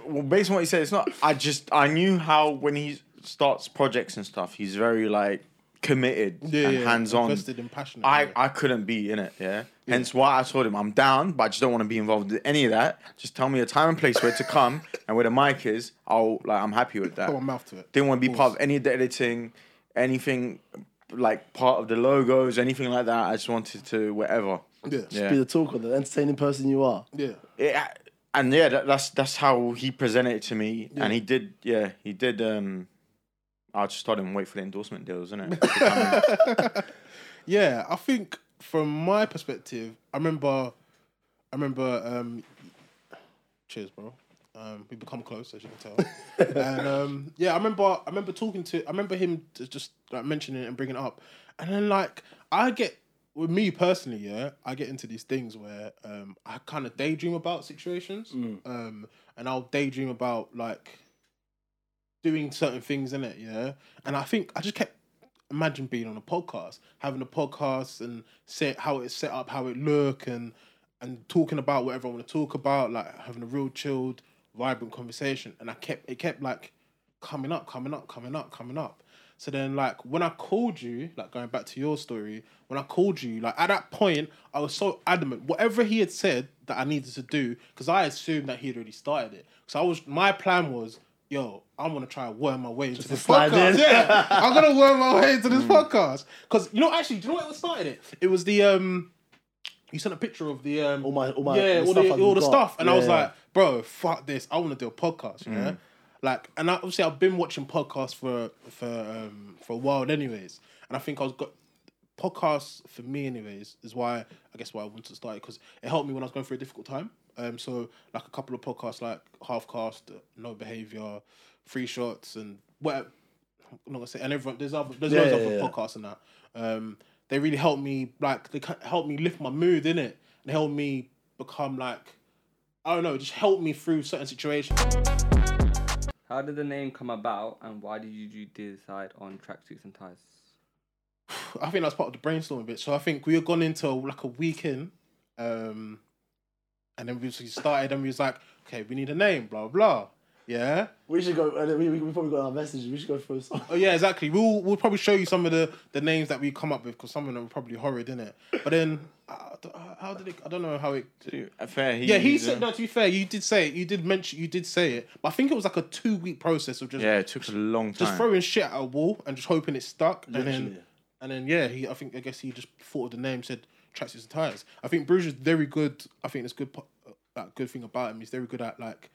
[SPEAKER 3] Well, based on what he said, it's not. I just I knew how when he starts projects and stuff, he's very like committed
[SPEAKER 1] Yeah,
[SPEAKER 3] and
[SPEAKER 1] yeah,
[SPEAKER 3] hands on.
[SPEAKER 1] invested and passionate,
[SPEAKER 3] I
[SPEAKER 1] yeah.
[SPEAKER 3] I couldn't be in it. Yeah. Hence why I told him I'm down, but I just don't want to be involved in any of that. Just tell me a time and place where
[SPEAKER 1] (laughs)
[SPEAKER 3] to come and where the mic is. I'll like I'm happy with that.
[SPEAKER 1] Put my mouth to it.
[SPEAKER 3] Didn't want to be part of any of the editing, anything like part of the logos, anything like that. I just wanted to whatever.
[SPEAKER 1] Yeah.
[SPEAKER 3] Yeah.
[SPEAKER 2] be the talker, the entertaining person you are.
[SPEAKER 1] Yeah.
[SPEAKER 3] Yeah, and yeah, that, that's that's how he presented it to me, and he did. Yeah, he did. Um, I just started and wait for the endorsement deals, isn't
[SPEAKER 1] (laughs)
[SPEAKER 3] it?
[SPEAKER 1] Yeah, I think from my perspective, I remember, I remember. Um, cheers, bro. Um, we become close, as you can tell. and um, yeah, I remember. I remember talking to. I remember him t- just like mentioning it and bringing it up, and then like I get with me personally, yeah, I get into these things where um, I kind of daydream about situations, um, and I'll daydream about like doing certain things in it, yeah. And I think I just kept imagine being on a podcast, having a podcast and set how it's set up, how it look, and and talking about whatever I want to talk about, like having a real chilled, vibrant conversation. And I kept it kept like coming up, coming up, coming up, coming up. So then, like when I called you, like going back to your story, when I called you, like at that point, I was so adamant. Whatever he had said that I needed to do, because I assumed that he had already started it. So I was, my plan was, yo, I'm gonna try and worm my way into this
[SPEAKER 2] slide
[SPEAKER 1] podcast.
[SPEAKER 2] in. Hmm.
[SPEAKER 1] Yeah, I'm gonna worm my way into
[SPEAKER 2] (laughs)
[SPEAKER 1] this podcast. Because you know, actually, do you know what started it? It was the um, you sent a picture of the um,
[SPEAKER 2] All my- all my-
[SPEAKER 1] yeah,
[SPEAKER 2] all
[SPEAKER 1] all
[SPEAKER 2] the
[SPEAKER 1] the,
[SPEAKER 2] stuff I've
[SPEAKER 1] all the
[SPEAKER 2] got.
[SPEAKER 1] stuff, and I was
[SPEAKER 2] Yeah. Mm.
[SPEAKER 1] like, bro, fuck this, I want to do a podcast, you know. Like, and I, obviously, I've been watching podcasts for for um for a while, anyways, and I think I was got podcasts for me anyways is why I guess why I wanted to start it because it helped me when I was going through a difficult time. Um, so like a couple of podcasts like Halfcast, No Behavior, Free Shots, and what I'm not gonna say and everyone there's other there's loads
[SPEAKER 2] yeah,
[SPEAKER 1] of other
[SPEAKER 2] yeah.
[SPEAKER 1] podcasts and that. Um, they really helped me like they ki- helped me lift my mood in it and helped me become like I don't know, just helped me through certain situations.
[SPEAKER 5] How did the name come about, and why did you do- decide on tracksuits and ties?
[SPEAKER 1] I think that's part of the brainstorming bit. So I think we had gone into like a weekend, um, and then we so we started and we was like, okay, we need a name, blah blah. Yeah.
[SPEAKER 2] We should go, and we, we, we probably got our messages. We should go through some.
[SPEAKER 1] Oh yeah, exactly. We'll we'll probably show you some of the, the names that we come up with because some of them are probably horrid, innit? But then, uh, how did it? I don't know how it.
[SPEAKER 3] Fair. He,
[SPEAKER 1] Yeah, he
[SPEAKER 3] he's,
[SPEAKER 1] said.
[SPEAKER 3] uh,
[SPEAKER 1] No, to be fair, you did say it. You did mention. You did say it. But I think it was like a two week process of just
[SPEAKER 3] Yeah, it took a long time.
[SPEAKER 1] just throwing shit at a wall and just hoping it stuck. And
[SPEAKER 2] Literally.
[SPEAKER 1] then, and then yeah, he I think I guess he just thought of the name, said tracksuits and tires. I think Bruges is very good. I think that's good. po- uh, That good thing about him he's very good at like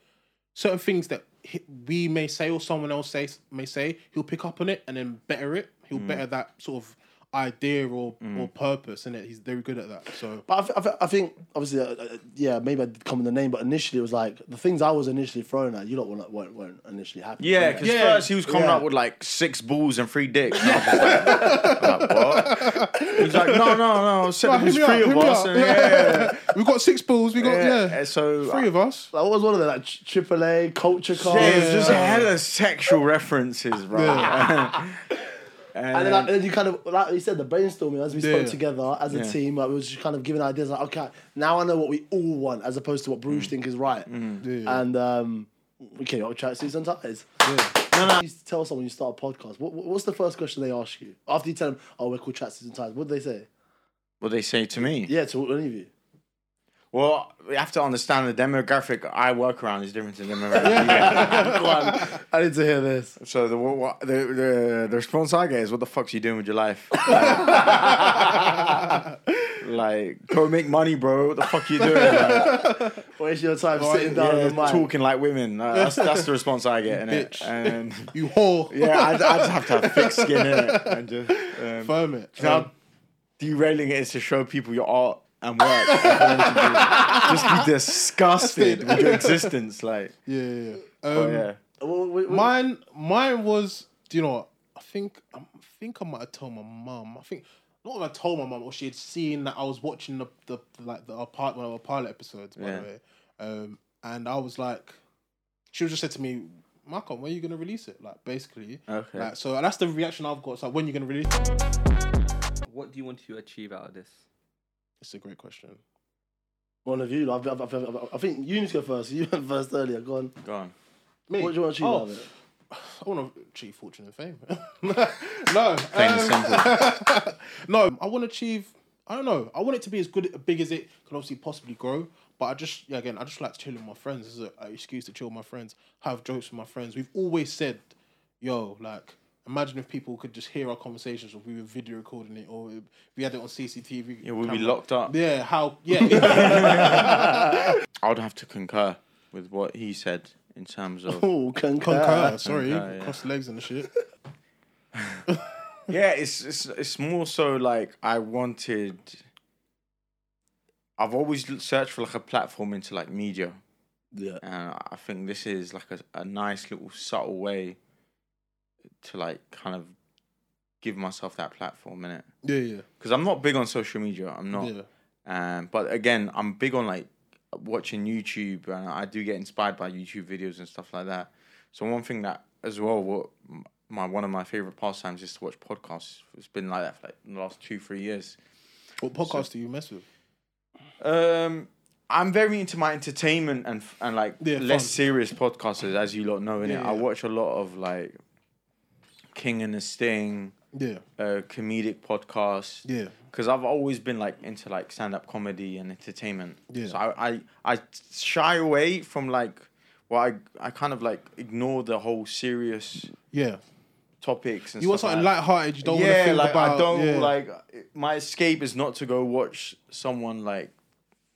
[SPEAKER 1] certain things that he, we may say or someone else say may say. He'll pick up on it and then better it. He'll better that sort of idea or or purpose, and he's very good at that. So
[SPEAKER 2] (laughs) But I, th- I, th- I think obviously, uh, uh, yeah, maybe I did come with the name, but initially it was like the things I was initially thrown at. You lot weren't weren't, weren't initially happy.
[SPEAKER 3] yeah,
[SPEAKER 2] were
[SPEAKER 3] because
[SPEAKER 2] you?
[SPEAKER 1] Yeah.
[SPEAKER 3] first he was coming
[SPEAKER 2] Yeah.
[SPEAKER 3] up with like six balls and three dicks. And I
[SPEAKER 1] (laughs)
[SPEAKER 3] was just like, like, what? He's like, no, no, no. Said
[SPEAKER 1] Right,
[SPEAKER 3] it was
[SPEAKER 1] hit me up,
[SPEAKER 3] three
[SPEAKER 1] hit
[SPEAKER 3] of
[SPEAKER 1] me
[SPEAKER 3] us.
[SPEAKER 1] up. (laughs)
[SPEAKER 3] and yeah,
[SPEAKER 1] we got six balls. We got
[SPEAKER 3] yeah,
[SPEAKER 1] yeah,
[SPEAKER 3] and So
[SPEAKER 1] three of us.
[SPEAKER 2] Like, what was one of them? Like tri- AAA culture
[SPEAKER 3] Yeah,
[SPEAKER 2] card.
[SPEAKER 3] it was just
[SPEAKER 1] Yeah.
[SPEAKER 3] (laughs) hella sexual references, bro.
[SPEAKER 2] And then, like, and then you kind of, like you said, the brainstorming as we
[SPEAKER 1] Yeah.
[SPEAKER 2] spoke together as a
[SPEAKER 3] Yeah.
[SPEAKER 2] team, like, we were just kind of giving ideas. Like, okay, now I know what we all want, as opposed to what Bruges think is right.
[SPEAKER 1] Yeah.
[SPEAKER 2] And um, we came up with tracksuits and ties.
[SPEAKER 1] yeah.
[SPEAKER 2] You tell someone you start a podcast. What, what- what's the first question they ask you after you tell them, "Oh, we're called tracksuits and ties"? What do they say?
[SPEAKER 3] What they say to me?
[SPEAKER 2] Yeah, to any of you.
[SPEAKER 3] Well, we have to understand the demographic I work around is different to the demographic. you get.
[SPEAKER 2] (laughs) Go on. I need to hear this.
[SPEAKER 3] So the, what, what, the the the response I get is, "What the fuck's you doing with your life? like, go make money, bro. What the fuck you doing? Like,
[SPEAKER 2] Waste your time sitting down
[SPEAKER 3] yeah,
[SPEAKER 2] on the mic.
[SPEAKER 3] talking like women. Like, that's that's the response I get. innit?
[SPEAKER 1] Bitch.
[SPEAKER 3] And
[SPEAKER 1] You whore.
[SPEAKER 3] yeah, I, I just have to have thick skin in it and just um,
[SPEAKER 1] Firm it.
[SPEAKER 3] Now, derailing it is to show people your art and work. just be disgusted with your existence. Like,
[SPEAKER 1] yeah, yeah. yeah. Um,
[SPEAKER 3] but yeah.
[SPEAKER 2] Well, we- we-
[SPEAKER 1] Mine, mine was. Do you know? What? I think I think I might have told my mum. I think not that I told my mum, or she had seen that I was watching the the like the our part one of our pilot episodes. By
[SPEAKER 3] Yeah.
[SPEAKER 1] the way, um, and I was like, she was just said to me, Malcolm, when are you gonna release it? Like basically.
[SPEAKER 3] Okay.
[SPEAKER 1] Like, so that's the reaction I've got. It's like, when you gonna release? it?
[SPEAKER 5] What do you want to achieve out of this?
[SPEAKER 1] It's a great question.
[SPEAKER 2] one of you. I've, I've, I've, I've, I think you need to go first. You went first earlier. Go on.
[SPEAKER 3] Go on.
[SPEAKER 1] Me?
[SPEAKER 2] What do you want to achieve
[SPEAKER 1] Oh,
[SPEAKER 2] out of it?
[SPEAKER 1] (sighs) I want to achieve fortune and fame. (laughs) no,
[SPEAKER 3] Plain and
[SPEAKER 1] um,
[SPEAKER 3] (laughs) simple.
[SPEAKER 1] no, I want to achieve. I don't know. I want it to be as good, big as it can obviously possibly grow. But I just, yeah, again, I just like to chill with my friends. This is a- an excuse to chill with my friends, have jokes with my friends. We've always said, yo, like, imagine if people could just hear our conversations, or we were video recording it, or we had it on CCTV.
[SPEAKER 3] Yeah, we'll be
[SPEAKER 1] camera.
[SPEAKER 3] locked up.
[SPEAKER 1] Yeah, how? Yeah.
[SPEAKER 3] I would have to concur with what he said in terms of.
[SPEAKER 2] Oh, concur.
[SPEAKER 1] Concur. Sorry,
[SPEAKER 3] Concur, yeah.
[SPEAKER 1] cross legs and the shit.
[SPEAKER 3] (laughs) yeah, it's, it's it's more so like I wanted. I've always l- searched for like a platform into like media,
[SPEAKER 2] Yeah.
[SPEAKER 3] and I think this is like a, a nice little subtle way to like kind of give myself that platform in it.
[SPEAKER 1] Yeah, yeah,
[SPEAKER 3] Because I'm not big on social media. I'm not.
[SPEAKER 1] yeah.
[SPEAKER 3] Um, but again, I'm big on like watching YouTube, and I do get inspired by YouTube videos and stuff like that. So one thing that as well, what m- my one of my favorite pastimes is to watch podcasts. It's been like that for like the last two three years.
[SPEAKER 1] What podcast do you mess with?
[SPEAKER 3] Um, I'm very into my entertainment and f- and like
[SPEAKER 1] Yeah,
[SPEAKER 3] less
[SPEAKER 1] fun.
[SPEAKER 3] serious podcasters, as you lot know. innit?
[SPEAKER 1] Yeah,
[SPEAKER 3] I
[SPEAKER 1] yeah.
[SPEAKER 3] watch a lot of like King and the Sting,
[SPEAKER 1] Yeah,
[SPEAKER 3] uh, comedic podcasts.
[SPEAKER 1] yeah.
[SPEAKER 3] because I've always been like into like stand up comedy and entertainment.
[SPEAKER 1] Yeah.
[SPEAKER 3] So I, I I shy away from like well I I kind of like ignore the whole serious
[SPEAKER 1] Yeah.
[SPEAKER 3] topics and
[SPEAKER 1] You want
[SPEAKER 3] stuff
[SPEAKER 1] something
[SPEAKER 3] like
[SPEAKER 1] light-hearted. You don't
[SPEAKER 3] yeah,
[SPEAKER 1] want to think
[SPEAKER 3] like
[SPEAKER 1] about.
[SPEAKER 3] I don't
[SPEAKER 1] yeah.
[SPEAKER 3] like my escape is not to go watch someone like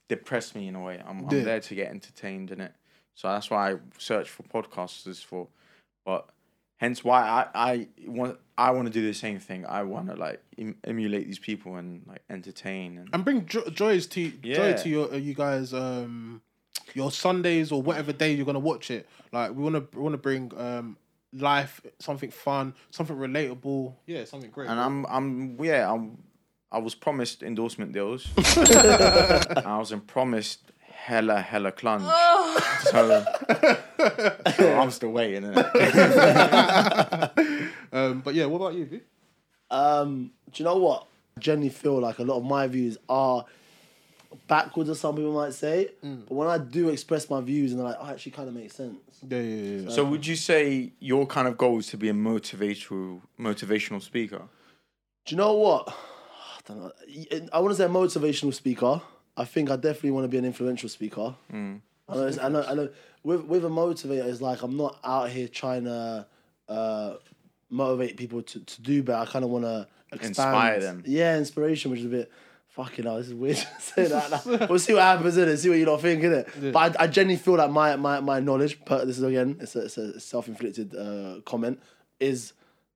[SPEAKER 3] depress me in a way. I'm, I'm
[SPEAKER 1] Yeah.
[SPEAKER 3] there to get entertained in it. So that's why I search for podcasters for, but hence why I I want I want to do the same thing. I want to like em- emulate these people and like entertain and
[SPEAKER 1] and bring jo- joys to joy
[SPEAKER 3] Yeah.
[SPEAKER 1] to your uh, you guys. Um, your Sundays or whatever day you're gonna watch it. Like we wanna we wanna bring um life, something fun, something relatable. Yeah, something great.
[SPEAKER 3] and I'm I'm yeah I'm I was promised endorsement
[SPEAKER 1] (laughs)
[SPEAKER 3] deals. I was in promised hella hella clunge. So, (laughs) so I'm still waiting. innit?
[SPEAKER 1] um, but yeah, what about you? V?
[SPEAKER 2] Um, do you know what? I generally feel like a lot of my views are backwards, as some people might say.
[SPEAKER 3] Mm.
[SPEAKER 2] But when I do express my views, and they're like, oh, actually kind of makes sense.
[SPEAKER 1] Yeah, yeah, yeah. yeah.
[SPEAKER 3] So would you say your kind of goal is to be a motivational motivational speaker?
[SPEAKER 2] Do you know what? (sighs) I don't know. I want to say a motivational speaker. I think I definitely want to be an influential speaker.
[SPEAKER 3] Mm.
[SPEAKER 2] I know, it's- I know, I know. With with a motivator, it's like I'm not out here trying to uh, motivate people to, to do better. I kind of want to
[SPEAKER 3] Inspire them.
[SPEAKER 2] Yeah, inspiration, which is a bit fucking hell. This is weird (laughs) to say that. now. We'll see what happens in it. See what you lot think in it. But I, I genuinely feel like my my my knowledge. But this is again, it's a, it's a self inflicted uh, comment. Is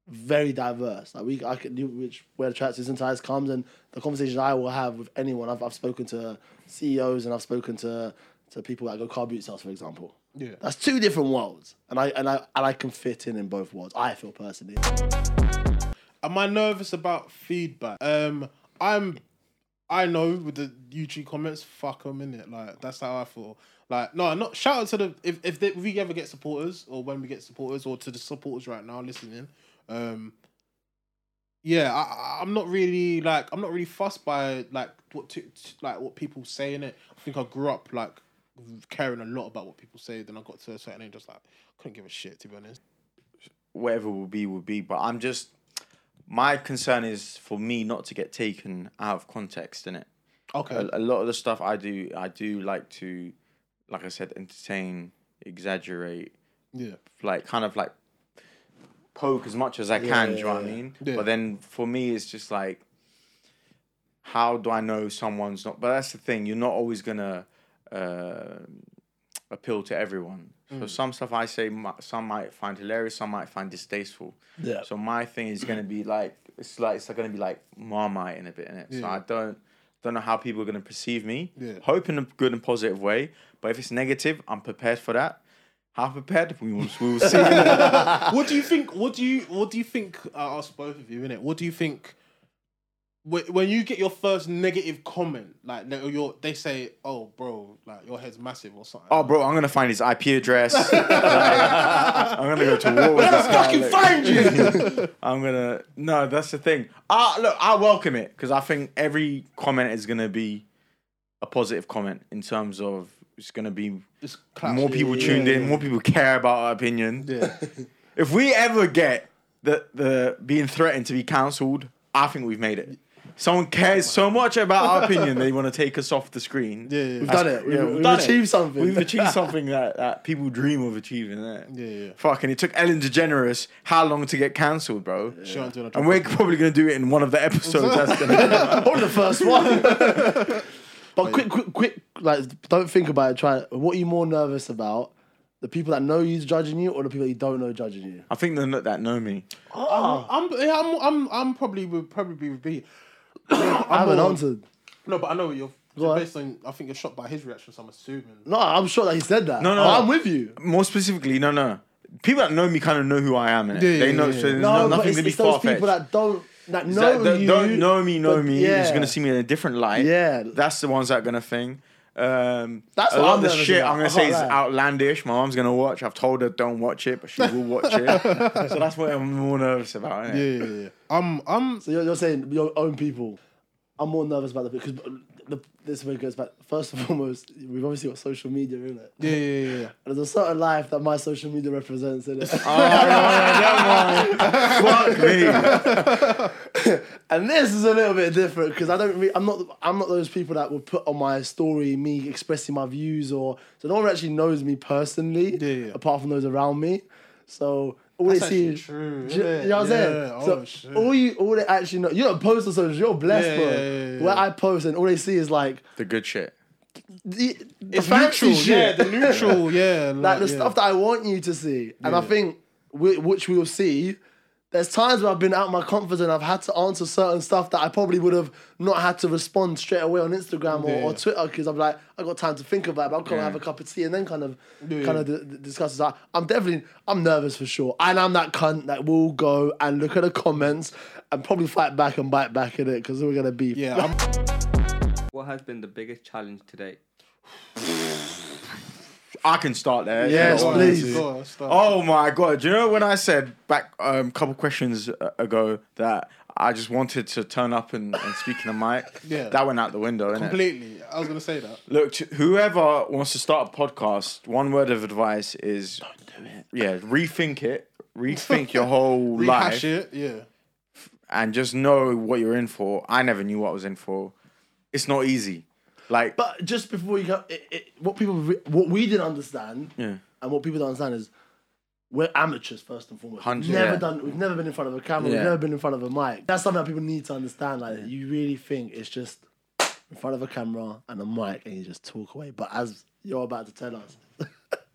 [SPEAKER 2] very diverse. Like we, I could do which where the tracksuits and ties comes, and the conversation I will have with anyone. I've, I've spoken to CEOs and I've spoken to to people that go car boot sales, for example.
[SPEAKER 1] Yeah.
[SPEAKER 2] That's two different worlds, and I and I and I can fit in in both worlds. I feel personally.
[SPEAKER 1] Am I nervous about feedback? Um, I'm. I know with the YouTube comments, fuck them in it. Like that's how I feel. Like no, not shout out to the if if, they, we ever get supporters or when we get supporters or to the supporters right now listening. Um, yeah, I- I, I'm not really like I'm not really fussed by like what to, to- like what people say in it. I think I grew up like caring a lot about what people say. Then I got to a certain age, just like couldn't give a shit to be honest.
[SPEAKER 3] whatever will be will be. But I'm just my concern is for me not to get taken out of context in it.
[SPEAKER 1] Okay,
[SPEAKER 3] A, a lot of the stuff I do, I do like to, like I said, entertain, exaggerate,
[SPEAKER 1] yeah,
[SPEAKER 3] like kind of like poke as much as I can. do you know what I mean?
[SPEAKER 1] Yeah.
[SPEAKER 3] But then for me, it's just like, how do I know someone's not? But that's the thing. You're not always gonna uh, appeal to everyone.
[SPEAKER 1] Mm.
[SPEAKER 3] So some stuff I say, mi- some might find hilarious, some might find distasteful.
[SPEAKER 2] Yeah.
[SPEAKER 3] So my thing is gonna be like, it's like it's gonna be like marmite in a bit in it. So
[SPEAKER 1] Yeah.
[SPEAKER 3] I don't. Don't know how people are gonna perceive me.
[SPEAKER 1] Yeah.
[SPEAKER 3] Hope in a good and positive way, but if it's negative, I'm prepared for that. How prepared we will, we will see.
[SPEAKER 1] (laughs) what do you think? What do you What do you think? I ask both of you in it. What do you think? wh- When you get your first negative comment, like they- your, they say, "Oh, bro, like your head's massive" or something.
[SPEAKER 3] oh, bro, I'm gonna find his IP address. (laughs) Like, I'm gonna go to war with this guy.
[SPEAKER 1] fucking
[SPEAKER 3] Like,
[SPEAKER 1] find you.
[SPEAKER 3] I'm gonna. No, that's the thing. Ah, look, I welcome it because I think every comment is gonna be a positive comment in terms of it's gonna be
[SPEAKER 1] It's class,
[SPEAKER 3] more
[SPEAKER 1] yeah,
[SPEAKER 3] people
[SPEAKER 1] yeah,
[SPEAKER 3] tuned
[SPEAKER 1] yeah.
[SPEAKER 3] in, more people care about our opinion.
[SPEAKER 1] Yeah.
[SPEAKER 3] (laughs) If we ever get the the being threatened to be cancelled, I think we've made it. Someone cares so much about our opinion they want to take us off the screen.
[SPEAKER 1] Yeah, yeah. We've
[SPEAKER 2] done
[SPEAKER 3] That's-
[SPEAKER 2] it. We've- we've
[SPEAKER 3] done it.
[SPEAKER 2] achieved something.
[SPEAKER 3] We've achieved something that, that people dream of achieving. That
[SPEAKER 1] Yeah, yeah.
[SPEAKER 3] Fucking, it took Ellen DeGeneres how long to get cancelled, bro?
[SPEAKER 1] She won't do no
[SPEAKER 3] And we're probably gonna do it in one of the episodes. That's
[SPEAKER 2] (laughs)
[SPEAKER 3] (laughs) gonna
[SPEAKER 2] Or the first one. (laughs) but quick, quick, quick, like, don't think about it. Try it. What are you more nervous about? The people that know you's judging you or the people you don't know judging you?
[SPEAKER 3] I think the that know me.
[SPEAKER 1] I'm, I'm, yeah, I'm, I'm, I'm probably would probably be.
[SPEAKER 2] I haven't
[SPEAKER 1] more-
[SPEAKER 2] answered.
[SPEAKER 1] No, but I know what you're.
[SPEAKER 2] Go on.
[SPEAKER 1] based on, I think you're shocked by his reaction. So I'm assuming.
[SPEAKER 2] No, I'm sure that he said that.
[SPEAKER 3] No, no.
[SPEAKER 2] But I'm with you.
[SPEAKER 3] More specifically, no, no. People that know me kind of know who I am. innit?
[SPEAKER 1] Yeah, yeah,
[SPEAKER 3] they know,
[SPEAKER 1] yeah,
[SPEAKER 3] so
[SPEAKER 1] yeah.
[SPEAKER 3] there's
[SPEAKER 2] No,
[SPEAKER 3] no,
[SPEAKER 2] but
[SPEAKER 3] nothing
[SPEAKER 2] it's,
[SPEAKER 3] to be
[SPEAKER 2] it's those
[SPEAKER 3] far
[SPEAKER 2] people
[SPEAKER 3] fetched.
[SPEAKER 2] that don't that know
[SPEAKER 3] that, that
[SPEAKER 2] you.
[SPEAKER 3] don't know me, know
[SPEAKER 2] but-
[SPEAKER 3] me. Is
[SPEAKER 2] yeah.
[SPEAKER 3] gonna see me in a different light.
[SPEAKER 2] Yeah.
[SPEAKER 3] that's the ones that are gonna think. Um,
[SPEAKER 2] That's
[SPEAKER 3] a
[SPEAKER 2] what
[SPEAKER 3] lot
[SPEAKER 2] I'm
[SPEAKER 3] of the
[SPEAKER 2] nervous
[SPEAKER 3] shit
[SPEAKER 2] about.
[SPEAKER 3] I'm
[SPEAKER 2] I
[SPEAKER 3] gonna
[SPEAKER 2] can't
[SPEAKER 3] say is
[SPEAKER 2] lie.
[SPEAKER 3] outlandish. My mom's gonna watch. I've told her don't watch it, but she will watch
[SPEAKER 2] (laughs)
[SPEAKER 3] it. so that's what I'm more nervous about.
[SPEAKER 1] Yeah,
[SPEAKER 3] innit?
[SPEAKER 1] yeah, yeah. I'm, I'm.
[SPEAKER 2] So you're, you're saying your own people. I'm more nervous about the because the, this way goes back. First and (laughs) foremost, we've obviously got social media, isn't it?
[SPEAKER 1] Yeah, yeah, yeah, yeah.
[SPEAKER 2] There's a certain life that my social media represents,
[SPEAKER 3] (laughs)
[SPEAKER 2] in it.
[SPEAKER 3] Oh,
[SPEAKER 2] (laughs)
[SPEAKER 3] yeah, that one. Fuck me.
[SPEAKER 2] and this is a little bit different because I don't. Re- I'm not. I'm not those people that would put on my story me expressing my views or so. No one actually knows me personally,
[SPEAKER 1] Yeah, yeah.
[SPEAKER 2] apart from those around me. So all
[SPEAKER 1] That's
[SPEAKER 2] they see
[SPEAKER 1] actually
[SPEAKER 2] is
[SPEAKER 1] true,
[SPEAKER 2] Do you,
[SPEAKER 1] yeah.
[SPEAKER 2] you know what I'm saying?
[SPEAKER 1] Yeah,
[SPEAKER 2] so
[SPEAKER 1] oh, shit.
[SPEAKER 2] all you, all they actually know. You don't post on socials. You're blessed,
[SPEAKER 1] Yeah,
[SPEAKER 2] bro.
[SPEAKER 1] yeah, yeah, yeah,
[SPEAKER 2] Where
[SPEAKER 1] yeah.
[SPEAKER 2] I post and all they see is like
[SPEAKER 3] The good shit.
[SPEAKER 2] the, the
[SPEAKER 1] It's
[SPEAKER 2] fancy
[SPEAKER 1] neutral,
[SPEAKER 2] shit.
[SPEAKER 1] yeah. The neutral, (laughs) yeah.
[SPEAKER 2] like the
[SPEAKER 1] yeah.
[SPEAKER 2] stuff that I want you to see. And I think, whi- which we'll see, there's times where I've been out of my comfort zone. I've had to answer certain stuff that I probably would have not had to respond straight away on Instagram or, or
[SPEAKER 1] Yeah.
[SPEAKER 2] Twitter because I'm like, I got time to think about it. But I'm gonna have a cup of tea and then kind of, kind of d- d- discuss that. I'm definitely, I'm nervous for sure, and I'm that cunt that will go and look at the comments and probably fight back and bite back in it because we're gonna beef.
[SPEAKER 1] Yeah, I'm,
[SPEAKER 5] What has been the biggest challenge today?
[SPEAKER 3] I can start there.
[SPEAKER 2] Yes,
[SPEAKER 3] Go on.
[SPEAKER 2] please.
[SPEAKER 1] Go on, start.
[SPEAKER 3] Oh my god! Do you know when I said back a um, couple questions a- ago that I just wanted to turn up and, and speak in the mic?
[SPEAKER 1] Yeah.
[SPEAKER 3] that went out the window. innit?
[SPEAKER 1] completely. I was gonna say that.
[SPEAKER 3] Look, to whoever wants to start a podcast, one word of advice is don't do it. Yeah, rethink it, rethink (laughs) your whole
[SPEAKER 1] Rehash
[SPEAKER 3] life,
[SPEAKER 1] it. Yeah.
[SPEAKER 3] and just know what you're in for. I never knew what I was in for. It's not easy. Like,
[SPEAKER 2] But Uh, just before you go, it, it, what people, re- what we didn't understand,
[SPEAKER 3] Yeah.
[SPEAKER 2] and what people don't understand is, we're amateurs first and foremost.
[SPEAKER 3] Hundred-
[SPEAKER 2] We've never
[SPEAKER 3] yeah.
[SPEAKER 2] done. We've never been in front of a camera. We've
[SPEAKER 3] Yeah.
[SPEAKER 2] never been in front of a mic. That's something that people need to understand. Like you really think it's just in front of a camera and a mic, and you just talk away. But as you're about to tell us, (laughs)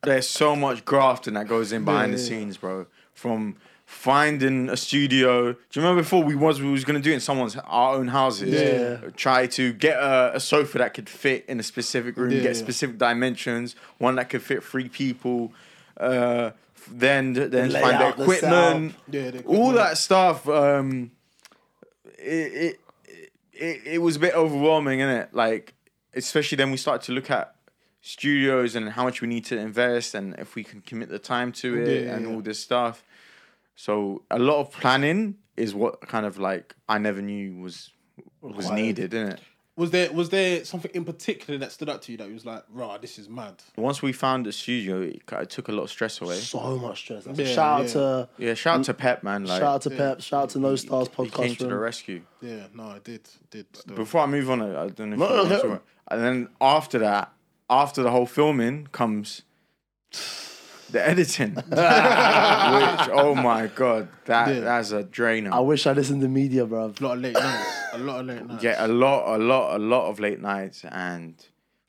[SPEAKER 3] there's so much grafting that goes in behind the scenes, bro. From finding a studio. Do you remember before we was we was gonna do it in someone's our own houses? Uh,
[SPEAKER 2] Yeah.
[SPEAKER 3] Try to get a, a sofa that could fit in a specific room,
[SPEAKER 1] Yeah,
[SPEAKER 3] get
[SPEAKER 1] yeah.
[SPEAKER 3] specific dimensions, one that could fit three people. Uh, f- then then find
[SPEAKER 2] layout,
[SPEAKER 3] the
[SPEAKER 2] the
[SPEAKER 3] equipment,
[SPEAKER 1] setup. Yeah, the
[SPEAKER 3] all
[SPEAKER 1] equipment.
[SPEAKER 3] that stuff. Um, it, it it it was a bit overwhelming, innit? Like, especially then we started to look at studios and how much we need to invest and if we can commit the time to it
[SPEAKER 1] Yeah,
[SPEAKER 3] and
[SPEAKER 1] yeah.
[SPEAKER 3] all this stuff. So a lot of planning is what kind of like I never knew was was
[SPEAKER 2] Required.
[SPEAKER 3] needed, isn't it?
[SPEAKER 1] Was there was there something in particular that stood out to you that you was like, rah, this is mad?
[SPEAKER 3] Once we found the studio, it, ki- it took a lot of stress away.
[SPEAKER 2] So much stress. That's-
[SPEAKER 1] Yeah,
[SPEAKER 2] shout out
[SPEAKER 1] yeah.
[SPEAKER 2] to
[SPEAKER 3] Yeah, shout out to Pep, man. Like,
[SPEAKER 2] shout out to Pep. Shout out to No Stars
[SPEAKER 3] he came
[SPEAKER 2] podcast
[SPEAKER 3] to the
[SPEAKER 2] room.
[SPEAKER 3] rescue.
[SPEAKER 1] Yeah, no, I did, did. Still.
[SPEAKER 3] Before I move on, I I don't know. If
[SPEAKER 2] No,
[SPEAKER 3] you
[SPEAKER 2] no,
[SPEAKER 3] wanna
[SPEAKER 2] no.
[SPEAKER 3] talk about- And then after that, after the whole filming comes the
[SPEAKER 2] (laughs)
[SPEAKER 3] editing, which oh my god, that
[SPEAKER 1] Yeah.
[SPEAKER 3] that's a drainer.
[SPEAKER 2] I wish I listened to media, bro.
[SPEAKER 1] a lot of late nights, a lot of late nights.
[SPEAKER 3] Yeah, a lot, a lot, a lot of late nights, and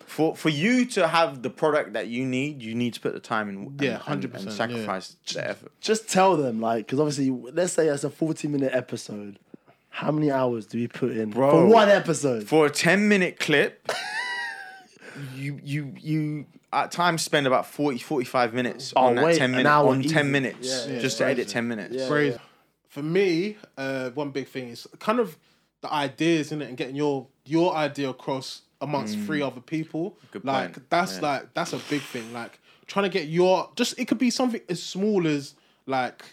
[SPEAKER 3] for for you to have the product that you need, you need to put the time in. and-
[SPEAKER 1] Yeah,
[SPEAKER 3] and-
[SPEAKER 1] 100%,
[SPEAKER 3] and
[SPEAKER 1] yeah.
[SPEAKER 3] sacrifice the effort.
[SPEAKER 2] Just tell them, like, because obviously, let's say that's a 40 minute episode. How many hours do we put in
[SPEAKER 3] Bro.
[SPEAKER 2] for one episode?
[SPEAKER 3] For a ten minute clip, (laughs) you you you at times spend about 40, 45 minutes on that
[SPEAKER 2] Oh, wait,
[SPEAKER 3] ten
[SPEAKER 2] an
[SPEAKER 3] minutes
[SPEAKER 2] hour
[SPEAKER 3] on
[SPEAKER 2] easy.
[SPEAKER 3] ten minutes
[SPEAKER 2] Yeah, yeah,
[SPEAKER 3] just to edit ten minutes.
[SPEAKER 2] Yeah.
[SPEAKER 1] Crazy. For me, uh, one big thing is kind of the ideas in it and getting your your idea across amongst three other people.
[SPEAKER 3] Mm. Good
[SPEAKER 1] like
[SPEAKER 3] point.
[SPEAKER 1] that's
[SPEAKER 3] Yeah.
[SPEAKER 1] like that's a big thing. Like trying to get your just it could be something as small as like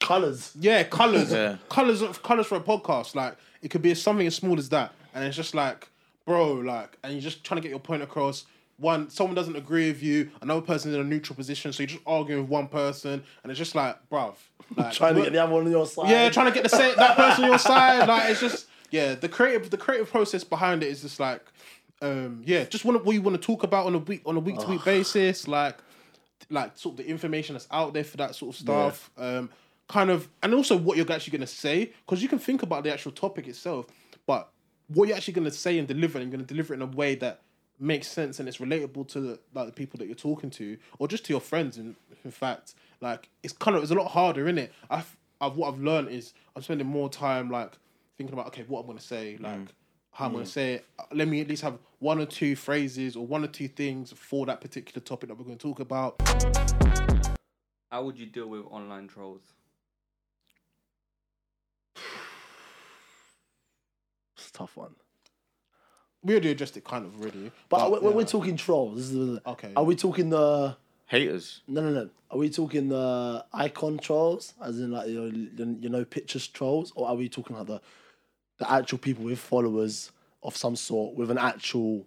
[SPEAKER 2] colors.
[SPEAKER 1] yeah colors
[SPEAKER 3] Yeah.
[SPEAKER 1] colors of colors for a podcast. Like it could be something as small as that, and it's just like bro, like and you're just trying to get your point across. One, someone doesn't agree with you. Another person's in a neutral position, so you're just arguing with one person, and it's just like,
[SPEAKER 2] (laughs)
[SPEAKER 1] bruv. Like,
[SPEAKER 2] Trying to
[SPEAKER 1] we're-
[SPEAKER 2] get the other one on your side.
[SPEAKER 1] yeah, trying to get the same that person on your side. (laughs) Like it's just yeah, the creative the creative process behind it is just like um yeah, just want what you want to talk about on a week on a week to week basis, like like sort of the information that's out there for that sort of stuff. Um kind of and also what you're actually gonna say, because you can think about the actual topic itself, but what you're actually gonna say and deliver, and you're gonna deliver it in a way that makes sense and it's relatable to the, like the people that you're talking to or just to your friends in, in fact like it's kind of it's a lot harder in it I've, I've what I've learned is I'm spending more time like thinking about okay what I'm gonna say like how I'm gonna say it Uh, let me at least have one or two phrases or one or two things for that particular topic that we're gonna talk about
[SPEAKER 5] How would you deal with online trolls?
[SPEAKER 2] It's a tough one.
[SPEAKER 1] we already addressed it kind of already
[SPEAKER 2] But when
[SPEAKER 1] yeah.
[SPEAKER 2] we're talking trolls, this is
[SPEAKER 1] Okay.
[SPEAKER 2] Are we talking the
[SPEAKER 3] Haters.
[SPEAKER 2] no no no? Are we talking the icon trolls, as in like your you know pictures trolls, or are we talking about the the actual people with followers of some sort with an actual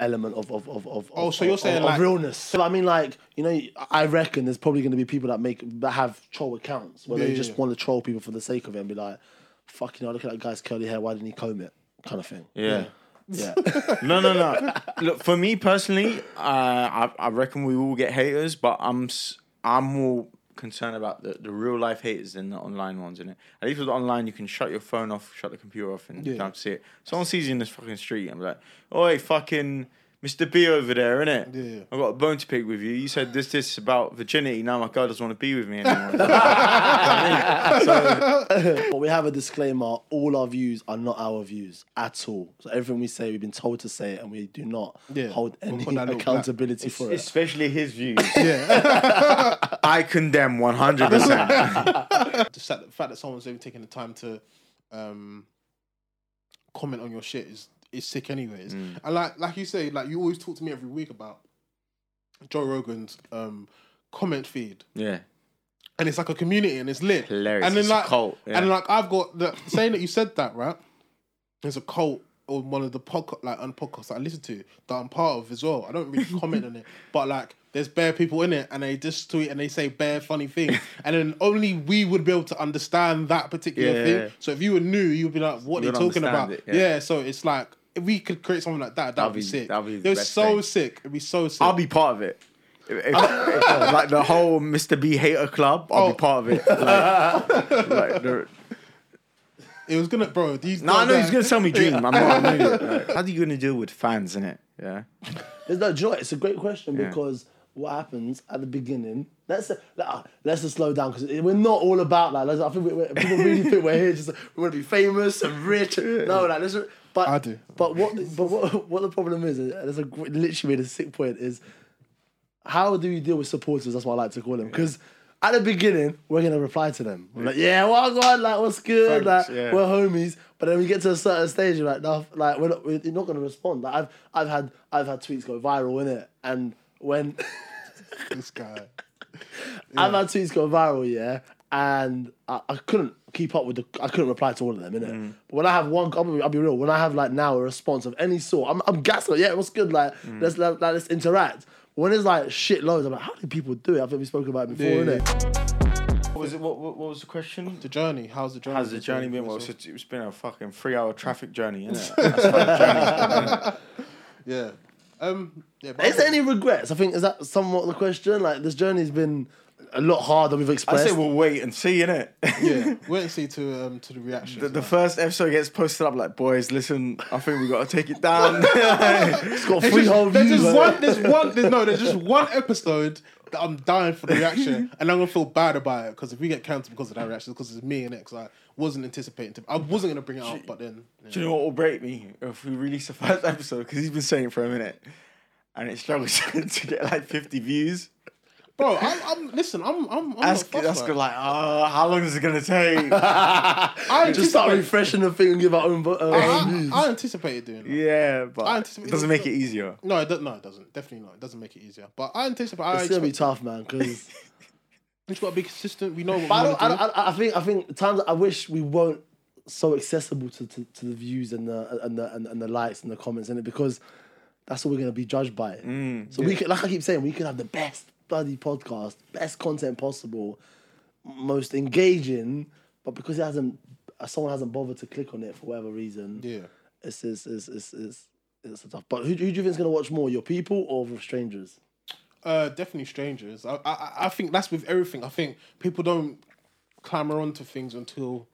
[SPEAKER 2] element of of of of
[SPEAKER 1] Oh,
[SPEAKER 2] of-
[SPEAKER 1] so you're
[SPEAKER 2] of-
[SPEAKER 1] saying,
[SPEAKER 2] of
[SPEAKER 1] like-
[SPEAKER 2] realness? So I mean, like you know, I reckon there's probably going to be people that make that have troll accounts where
[SPEAKER 1] Yeah,
[SPEAKER 2] they
[SPEAKER 1] yeah,
[SPEAKER 2] just
[SPEAKER 1] yeah.
[SPEAKER 2] want to troll people for the sake of it and be like, "Fuck, you know, look at that guy's curly hair. Why didn't he comb it?" Kind of thing.
[SPEAKER 3] yeah.
[SPEAKER 2] Yeah.
[SPEAKER 3] No, no, no. Look, for me personally, uh, I I reckon we will get haters, but I'm s- I'm more concerned about the, the real life haters than the online ones, innit? At least with online, you can shut your phone off, shut the computer off, and you don't see it. Someone sees you in this fucking street, and be like, "Oi, fucking Mr. B over there, innit?
[SPEAKER 1] Yeah.
[SPEAKER 3] I got a bone to pick with you. You said this, this about virginity. Now my girl doesn't want to be
[SPEAKER 1] (laughs)
[SPEAKER 3] with me anymore." You know what I mean? so,
[SPEAKER 2] But we have a disclaimer: all our views are not our views at all. So everything we say, we've been told to say it, and we do not
[SPEAKER 1] Yeah,
[SPEAKER 2] hold
[SPEAKER 1] we'll
[SPEAKER 2] any
[SPEAKER 1] put that little
[SPEAKER 2] accountability for it.
[SPEAKER 3] especially his views,
[SPEAKER 1] (laughs) yeah
[SPEAKER 3] I condemn one hundred
[SPEAKER 1] (laughs)
[SPEAKER 3] (laughs) percent.
[SPEAKER 1] just that the fact that someone's even taking the time to um comment on your shit is is sick anyways. And like like you say, like you always talk to me every week about Joe Rogan's um comment feed.
[SPEAKER 3] Yeah.
[SPEAKER 1] And it's like a community and it's lit.
[SPEAKER 3] Hilarious.
[SPEAKER 1] And
[SPEAKER 3] It's a
[SPEAKER 1] like
[SPEAKER 3] cult, yeah.
[SPEAKER 1] and like I've got the saying that you said that, right? There's a cult on one of the podcast like on podcasts that I listen to that I'm part of as well. I don't
[SPEAKER 3] (laughs)
[SPEAKER 1] really comment on it. But like there's bare people in it and they just tweet and they say bare funny
[SPEAKER 3] (laughs)
[SPEAKER 1] things. And then only we would be able to understand that particular
[SPEAKER 3] Yeah,
[SPEAKER 1] thing.
[SPEAKER 3] yeah, yeah.
[SPEAKER 1] So if you were new, you'd be like, what
[SPEAKER 3] You
[SPEAKER 1] are they
[SPEAKER 3] would
[SPEAKER 1] talking about?
[SPEAKER 3] understand it,
[SPEAKER 1] yeah.
[SPEAKER 3] yeah.
[SPEAKER 1] so it's like if we could create something like that, that'd,
[SPEAKER 3] That'd
[SPEAKER 1] be,
[SPEAKER 3] be-
[SPEAKER 1] sick.
[SPEAKER 3] that'd be the
[SPEAKER 1] it was
[SPEAKER 3] best
[SPEAKER 1] so
[SPEAKER 3] thing.
[SPEAKER 1] sick. It'd be so sick.
[SPEAKER 3] I'll be part of it. If- if- like the whole Mr. B hater club, I'll
[SPEAKER 1] Oh.
[SPEAKER 3] be part of it. Like, like the-
[SPEAKER 1] it was gonna bro, these
[SPEAKER 3] no, I know
[SPEAKER 1] guys-
[SPEAKER 3] he's gonna sell me dream. I'm not. I'm not like, how are you gonna deal with fans in it? Yeah,
[SPEAKER 2] There's no joy. It's a great question because what happens at the beginning? Let's like, uh, let's just slow down because we're not all about like. let's- I think we we're, people really think we're here just we want to be famous and rich. No, like let's. But
[SPEAKER 1] I do.
[SPEAKER 2] But what? But what? What the problem is? and There's a gr- literally made a sick point is. How do you deal with supporters? That's what I like to call them because. At the beginning, we're gonna reply to them. We're like, yeah, well, God, like, what's good?
[SPEAKER 3] Thanks,
[SPEAKER 2] like,
[SPEAKER 3] yeah.
[SPEAKER 2] we're homies. But then we get to a certain stage, you're like, no, like we're not, we're, you're not gonna respond. Like I've, I've had, I've had tweets go viral in it, and when (laughs)
[SPEAKER 1] this guy.
[SPEAKER 2] I've had tweets go viral, yeah, and I, I couldn't keep up with the. I couldn't reply to all of them, innit?
[SPEAKER 1] Mm.
[SPEAKER 2] But when I have one, I'll be, I'll be real. When I have like now a response of any sort, I'm I'm gassed. Like, yeah, what's good? Like
[SPEAKER 1] Mm.
[SPEAKER 2] let's like, let's interact. When it's like shit loads, I'm like, how do people do it? I think we spoke about it before,
[SPEAKER 1] Yeah.
[SPEAKER 2] innit?
[SPEAKER 3] What was it? What, what, what was the question?
[SPEAKER 1] The journey. How's the journey?
[SPEAKER 3] How's the journey been? Well,
[SPEAKER 1] Well,
[SPEAKER 3] it's, it's been a fucking three-hour traffic journey, (laughs) isn't it?
[SPEAKER 1] yeah. Um. Yeah. but-
[SPEAKER 2] Is there any regrets? I think is that somewhat the question. Like this journey's been a lot harder. We've
[SPEAKER 3] I
[SPEAKER 2] expressed.
[SPEAKER 3] say we'll wait and see, innit?
[SPEAKER 1] Yeah. Wait and see to um
[SPEAKER 2] (laughs)
[SPEAKER 1] to the reaction.
[SPEAKER 3] The, the first episode gets posted up like, boys, listen, I think we gotta take it down. (laughs)
[SPEAKER 2] it's got
[SPEAKER 1] There's
[SPEAKER 2] three
[SPEAKER 1] just-
[SPEAKER 2] whole
[SPEAKER 1] there's
[SPEAKER 2] views.
[SPEAKER 1] just
[SPEAKER 2] like-
[SPEAKER 1] one. There's one. There's, no, there's just one episode that I'm dying for the reaction,
[SPEAKER 2] (laughs)
[SPEAKER 1] and I'm gonna feel bad about it because if we get cancelled because of that reaction, because it's me and it, 'cause I wasn't anticipating to. I wasn't gonna bring it up, but then yeah.
[SPEAKER 3] Do you know what will break me if we release the first episode? Because he's been saying it for a minute, and it struggles (laughs) to get like 50 views.
[SPEAKER 1] bro, I'm, I'm listen. I'm I'm. I'm
[SPEAKER 3] That's
[SPEAKER 1] not fussed
[SPEAKER 3] that's
[SPEAKER 1] by
[SPEAKER 3] good.
[SPEAKER 1] it.
[SPEAKER 3] Like, oh, how long is it
[SPEAKER 1] (laughs)
[SPEAKER 3] gonna take? (laughs)
[SPEAKER 1] I
[SPEAKER 2] just start
[SPEAKER 1] anticipate-
[SPEAKER 2] refreshing the thing and give our own vo- uh, own
[SPEAKER 1] I,
[SPEAKER 2] views.
[SPEAKER 1] I anticipated doing. That.
[SPEAKER 3] yeah,
[SPEAKER 1] I
[SPEAKER 3] but
[SPEAKER 1] anticipate-
[SPEAKER 3] it doesn't make it easier.
[SPEAKER 1] No, it doesn't. No, it doesn't. Definitely not. It doesn't make it easier. But I anticipate. I
[SPEAKER 2] It's gonna be
[SPEAKER 1] expect,
[SPEAKER 2] tough, man. Because
[SPEAKER 1] we just gotta be consistent. We know what we
[SPEAKER 2] but I,
[SPEAKER 1] wanna
[SPEAKER 2] don't, I,
[SPEAKER 1] do.
[SPEAKER 2] don't- I, I think I think times I wish we weren't so accessible to, to, to the views and the and the and, and the likes and the comments in it because that's what we're gonna be judged by.
[SPEAKER 1] Mm,
[SPEAKER 2] so we could, like I keep saying, we could have the best bloody podcast, best content possible, most engaging, but because it hasn't, uh, someone hasn't bothered to click on it for whatever reason.
[SPEAKER 1] Yeah.
[SPEAKER 2] It's it's it's it's it's, it's tough. But who, who do you think is gonna watch more, your people or strangers?
[SPEAKER 1] Uh, definitely strangers. I, I I think that's with everything. I think people don't clamor onto things until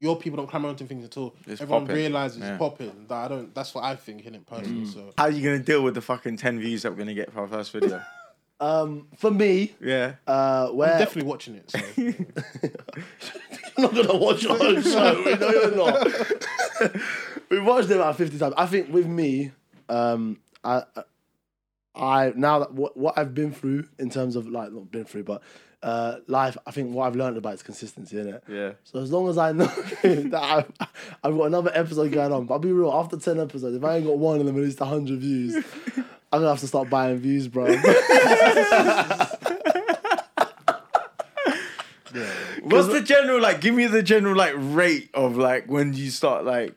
[SPEAKER 1] your people don't clamor onto things until
[SPEAKER 3] It's
[SPEAKER 1] everyone
[SPEAKER 3] popping.
[SPEAKER 1] realizes
[SPEAKER 3] Yeah. Mm.
[SPEAKER 1] it's popping. That I don't. That's what I think in it personally. So
[SPEAKER 3] How are you gonna deal with the fucking 10 views that we're gonna get for our
[SPEAKER 1] (laughs)
[SPEAKER 3] first video?
[SPEAKER 2] Um, for me,
[SPEAKER 3] yeah.
[SPEAKER 2] uh, where
[SPEAKER 1] definitely watching it.
[SPEAKER 2] (laughs)
[SPEAKER 1] So
[SPEAKER 2] I'm not gonna watch your own (laughs) show. We know you're (laughs) not. we watched it about fifty times. I think with me, um, I, I now that what, what I've been through in terms of like not been through, but uh, life. I think what I've learned about is consistency, innit?
[SPEAKER 3] Yeah.
[SPEAKER 2] So as long as I know (laughs) that I've, I've got another episode going on, but I'll be real. After ten episodes, if I ain't got one and then released hundred views, I'm gonna have to start buying views, bro. (laughs)
[SPEAKER 3] What's the general like? Give me the general like rate of like when you start like.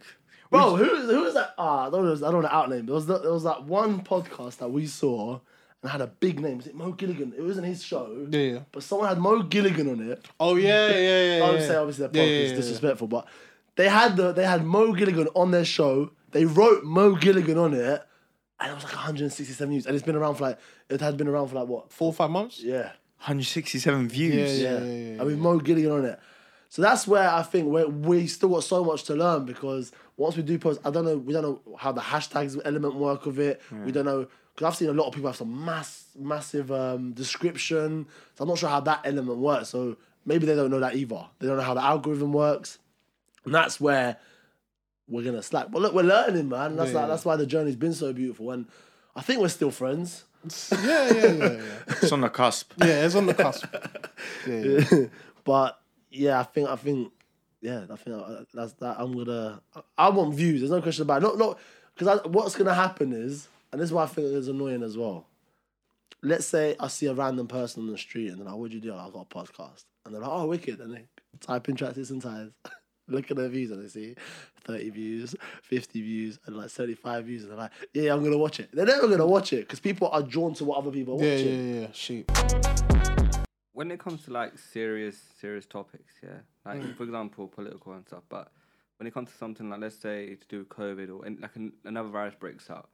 [SPEAKER 2] Bro, who who was that? Ah, I don't know. I don't know out name. There was that, there was that one podcast that we saw and had a big name. Was it Mo Gilligan? It wasn't his show.
[SPEAKER 1] yeah, yeah.
[SPEAKER 2] But someone had Mo Gilligan on it.
[SPEAKER 1] Oh yeah, yeah, yeah. yeah
[SPEAKER 2] I would say obviously that podcast
[SPEAKER 1] Yeah, yeah,
[SPEAKER 2] is
[SPEAKER 1] yeah,
[SPEAKER 2] disrespectful, but they had the they had Mo Gilligan on their show. They wrote Mo Gilligan on it, and it was like 167 views, and it's been around for like it had been around for like what?
[SPEAKER 1] Four or five months.
[SPEAKER 2] Yeah.
[SPEAKER 3] 167 views.
[SPEAKER 1] Yeah, yeah.
[SPEAKER 2] Yeah. I mean, Mo Gilligan on it. So that's where I think we we still got so much to learn because once we do post, I don't know, we don't know how the hashtags element work of it. We don't know because I've seen a lot of people have some mass massive um, description. So I'm not sure how that element works. So maybe they don't know that either. They don't know how the algorithm works, and that's where we're gonna slack. But look, we're learning, man. That's
[SPEAKER 1] Yeah.
[SPEAKER 2] like, that's why the journey's been so beautiful, and I think we're still friends.
[SPEAKER 1] Yeah, yeah, yeah, yeah.
[SPEAKER 2] (laughs)
[SPEAKER 3] It's (laughs) on the cusp.
[SPEAKER 1] Yeah, it's on the cusp. Yeah, yeah.
[SPEAKER 2] But yeah, I think I think yeah, I think I- that's that. I'm gonna I- I want views. There's no question about it. not not because what's gonna happen is, and this is why I think it's annoying as well. Let's say I see a random person on the street and then I, what do you do? I've got a podcast, and they're like, oh, wicked, and they type in tracks and ties. (laughs) Look at their views and they see 30 views, 50 views, and like 75 views. And they're like, yeah, I'm going to watch it. They're never going to watch it because people are drawn to what other people are
[SPEAKER 1] yeah,
[SPEAKER 2] watching.
[SPEAKER 1] yeah, yeah. Sheep.
[SPEAKER 5] when it comes to like serious serious topics yeah like for example political and stuff but when it comes to something like let's say to do with covid or an- like an, another virus breaks out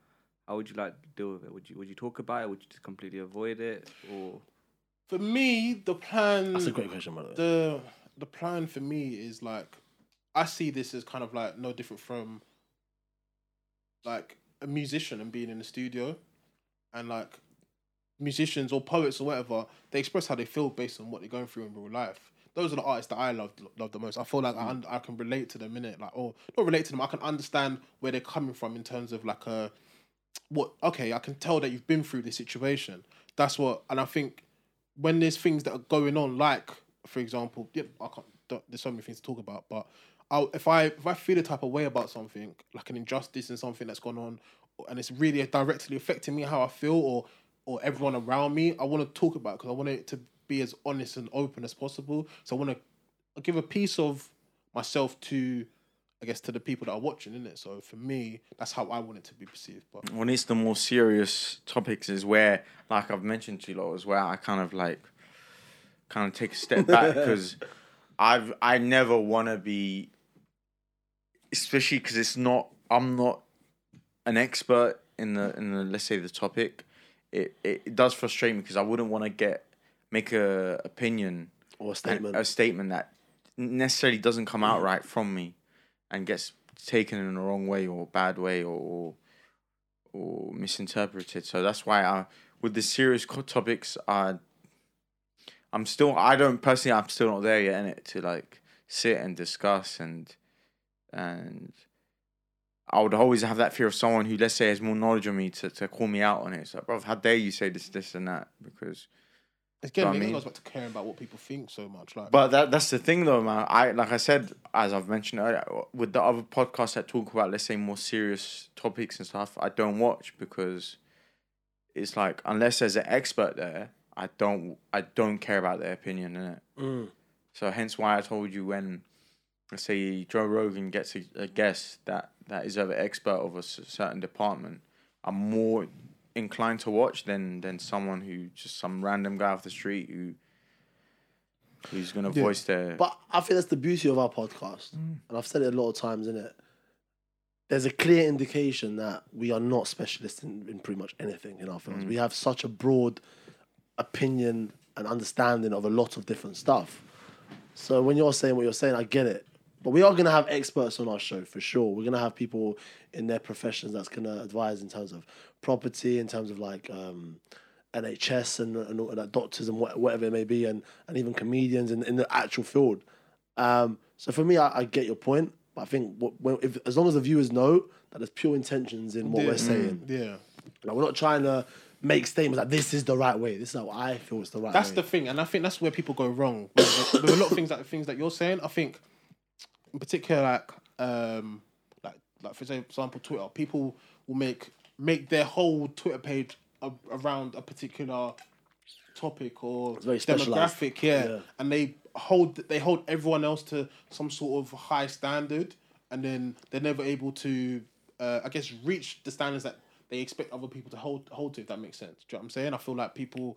[SPEAKER 5] how would you like to deal with it would you would you talk about it would you just completely avoid it or
[SPEAKER 1] For me, the plan.
[SPEAKER 2] That's a great question, by the way.
[SPEAKER 1] the the plan for me is like I see this as kind of like no different from like a musician and being in the studio and like musicians or poets or whatever they express how they feel based on what they're going through in real life those are the artists that I love love the most I feel like I, un- I can relate to them in it like or not relate to them I can understand where they're coming from in terms of like a what okay I can tell that you've been through this situation that's what and I think when there's things that are going on, like for example, yeah, I can't. Don't, there's so many things to talk about, but I'll, if I if I feel the type of way about something, like an injustice and something that's gone on, and it's really directly affecting me how I feel or or everyone around me, I want to talk about because I want it to be as honest and open as possible. So I want to give a piece of myself to, I guess, to the people that are watching, innit? So for me, that's how I want it to be perceived. But
[SPEAKER 3] One of the more serious topics is where, like I've mentioned to you lot, is where I kind of like, kind of take a step back because I've I never want to be, especially because it's not I'm not an expert in the in the let's say the topic. It it, it does frustrate me because I wouldn't want to get make a opinion
[SPEAKER 2] or a
[SPEAKER 3] an-
[SPEAKER 2] statement. Mm-hmm.
[SPEAKER 3] a statement that necessarily doesn't come out right from me and gets taken in the wrong way or bad way or or, or misinterpreted. So that's why I with the serious co- topics I I'm still I don't personally I'm still not there yet in it to like sit and discuss and and I would always have that fear of someone who let's say has more knowledge on me to, to call me out on it. So bro, how dare you say this this and that because
[SPEAKER 1] again,
[SPEAKER 3] But I
[SPEAKER 1] it
[SPEAKER 3] mean-
[SPEAKER 1] goes back to caring about what people think so much. Like,
[SPEAKER 3] But that that's the thing though, man. I like I said, as I've mentioned earlier, with the other podcasts that talk about let's say more serious topics and stuff, I don't watch because it's like unless there's an expert there, I don't I don't care about their opinion in it.
[SPEAKER 2] Mm.
[SPEAKER 3] So hence why I told you when let's say Joe Rogan gets a, a guest that that is of an expert of a s- certain department, I'm more inclined to watch than than someone who just some random guy off the street who who's gonna
[SPEAKER 1] Yeah.
[SPEAKER 3] voice their
[SPEAKER 2] But I think that's the beauty of our podcast, and I've said it a lot of times, is it? There's a clear indication that we are not specialists in, in pretty much anything in our films. We have such a broad opinion and understanding of a lot of different stuff. So when you're saying what you're saying, I get it. But we are going to have experts on our show for sure. We're going to have people in their professions that's going to advise in terms of property, in terms of like um, NHS and, and all that, doctors and what, whatever it may be, and, and even comedians in, in the actual field. Um, so for me, I, I get your point. But I think what, when, if, as long as the viewers know that there's pure intentions in what
[SPEAKER 1] Yeah. Mm.
[SPEAKER 2] we're saying,
[SPEAKER 1] yeah.
[SPEAKER 2] like, we're not trying to make statements like this is the right way. This is how I feel it's the right
[SPEAKER 1] That's
[SPEAKER 2] way.
[SPEAKER 1] the thing, and I think that's where people go wrong. With, with a lot of things like things that you're saying, I think, in particular, like um, like like for example, Twitter, people will make make their whole Twitter page a, around a particular topic or
[SPEAKER 2] very specialised.
[SPEAKER 1] demographic, yeah.
[SPEAKER 2] Yeah.
[SPEAKER 1] and they hold they hold everyone else to some sort of high standard, and then they're never able to, uh, I guess, reach the standards that they expect other people to hold hold to. If that makes sense, do you know what I'm saying? I feel like people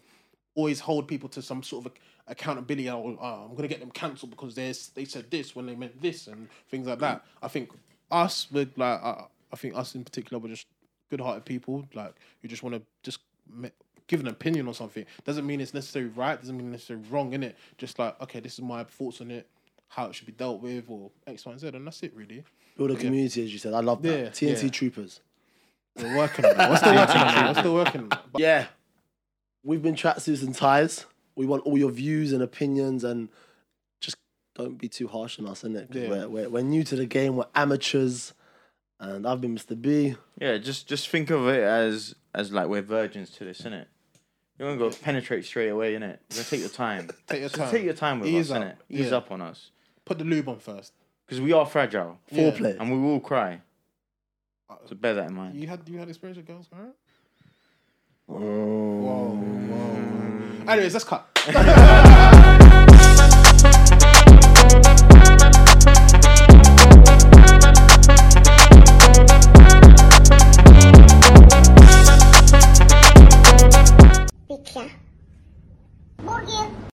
[SPEAKER 1] always hold people to some sort of ac- accountability. Oh, uh, I'm gonna get them cancelled because they they said this when they meant this and things like that. I think us with like uh, I think us in particular we're just good-hearted people like who just want to just me- give an opinion on something. Doesn't mean it's necessarily right. Doesn't mean it's necessarily wrong. In it, just like okay, this is my thoughts on it, how it should be dealt with, or X, Y, and Z, and that's it really.
[SPEAKER 2] Build a community, as you said. I love that.
[SPEAKER 1] Yeah,
[SPEAKER 2] TNT
[SPEAKER 1] yeah.
[SPEAKER 2] Troopers.
[SPEAKER 1] We're working on it. We're still working on it. We're still working. On it. But
[SPEAKER 2] Yeah. We've been tracksuits and ties. We want all your views and opinions and just don't be too harsh on us, innit? 'Cause
[SPEAKER 1] Yeah.
[SPEAKER 2] We're, we're, we're new to the game. We're amateurs. And I've been Mr. B.
[SPEAKER 3] Yeah, just just think of it as as like we're virgins to this, innit? You won't go penetrate straight away, innit? You're gonna take your time.
[SPEAKER 1] (laughs) take your
[SPEAKER 3] Just
[SPEAKER 1] time.
[SPEAKER 3] Take your time with
[SPEAKER 1] Ease
[SPEAKER 3] us,
[SPEAKER 1] up.
[SPEAKER 3] innit? Ease
[SPEAKER 1] Yeah.
[SPEAKER 3] up on us.
[SPEAKER 1] Put the lube on first.
[SPEAKER 3] Because we are fragile.
[SPEAKER 1] Yeah.
[SPEAKER 2] Foreplay.
[SPEAKER 3] And we will cry. So bear that in mind.
[SPEAKER 1] You had you had experience with girls, alright?
[SPEAKER 2] Oh.
[SPEAKER 1] Whoa, whoa. Anyways, let's cut.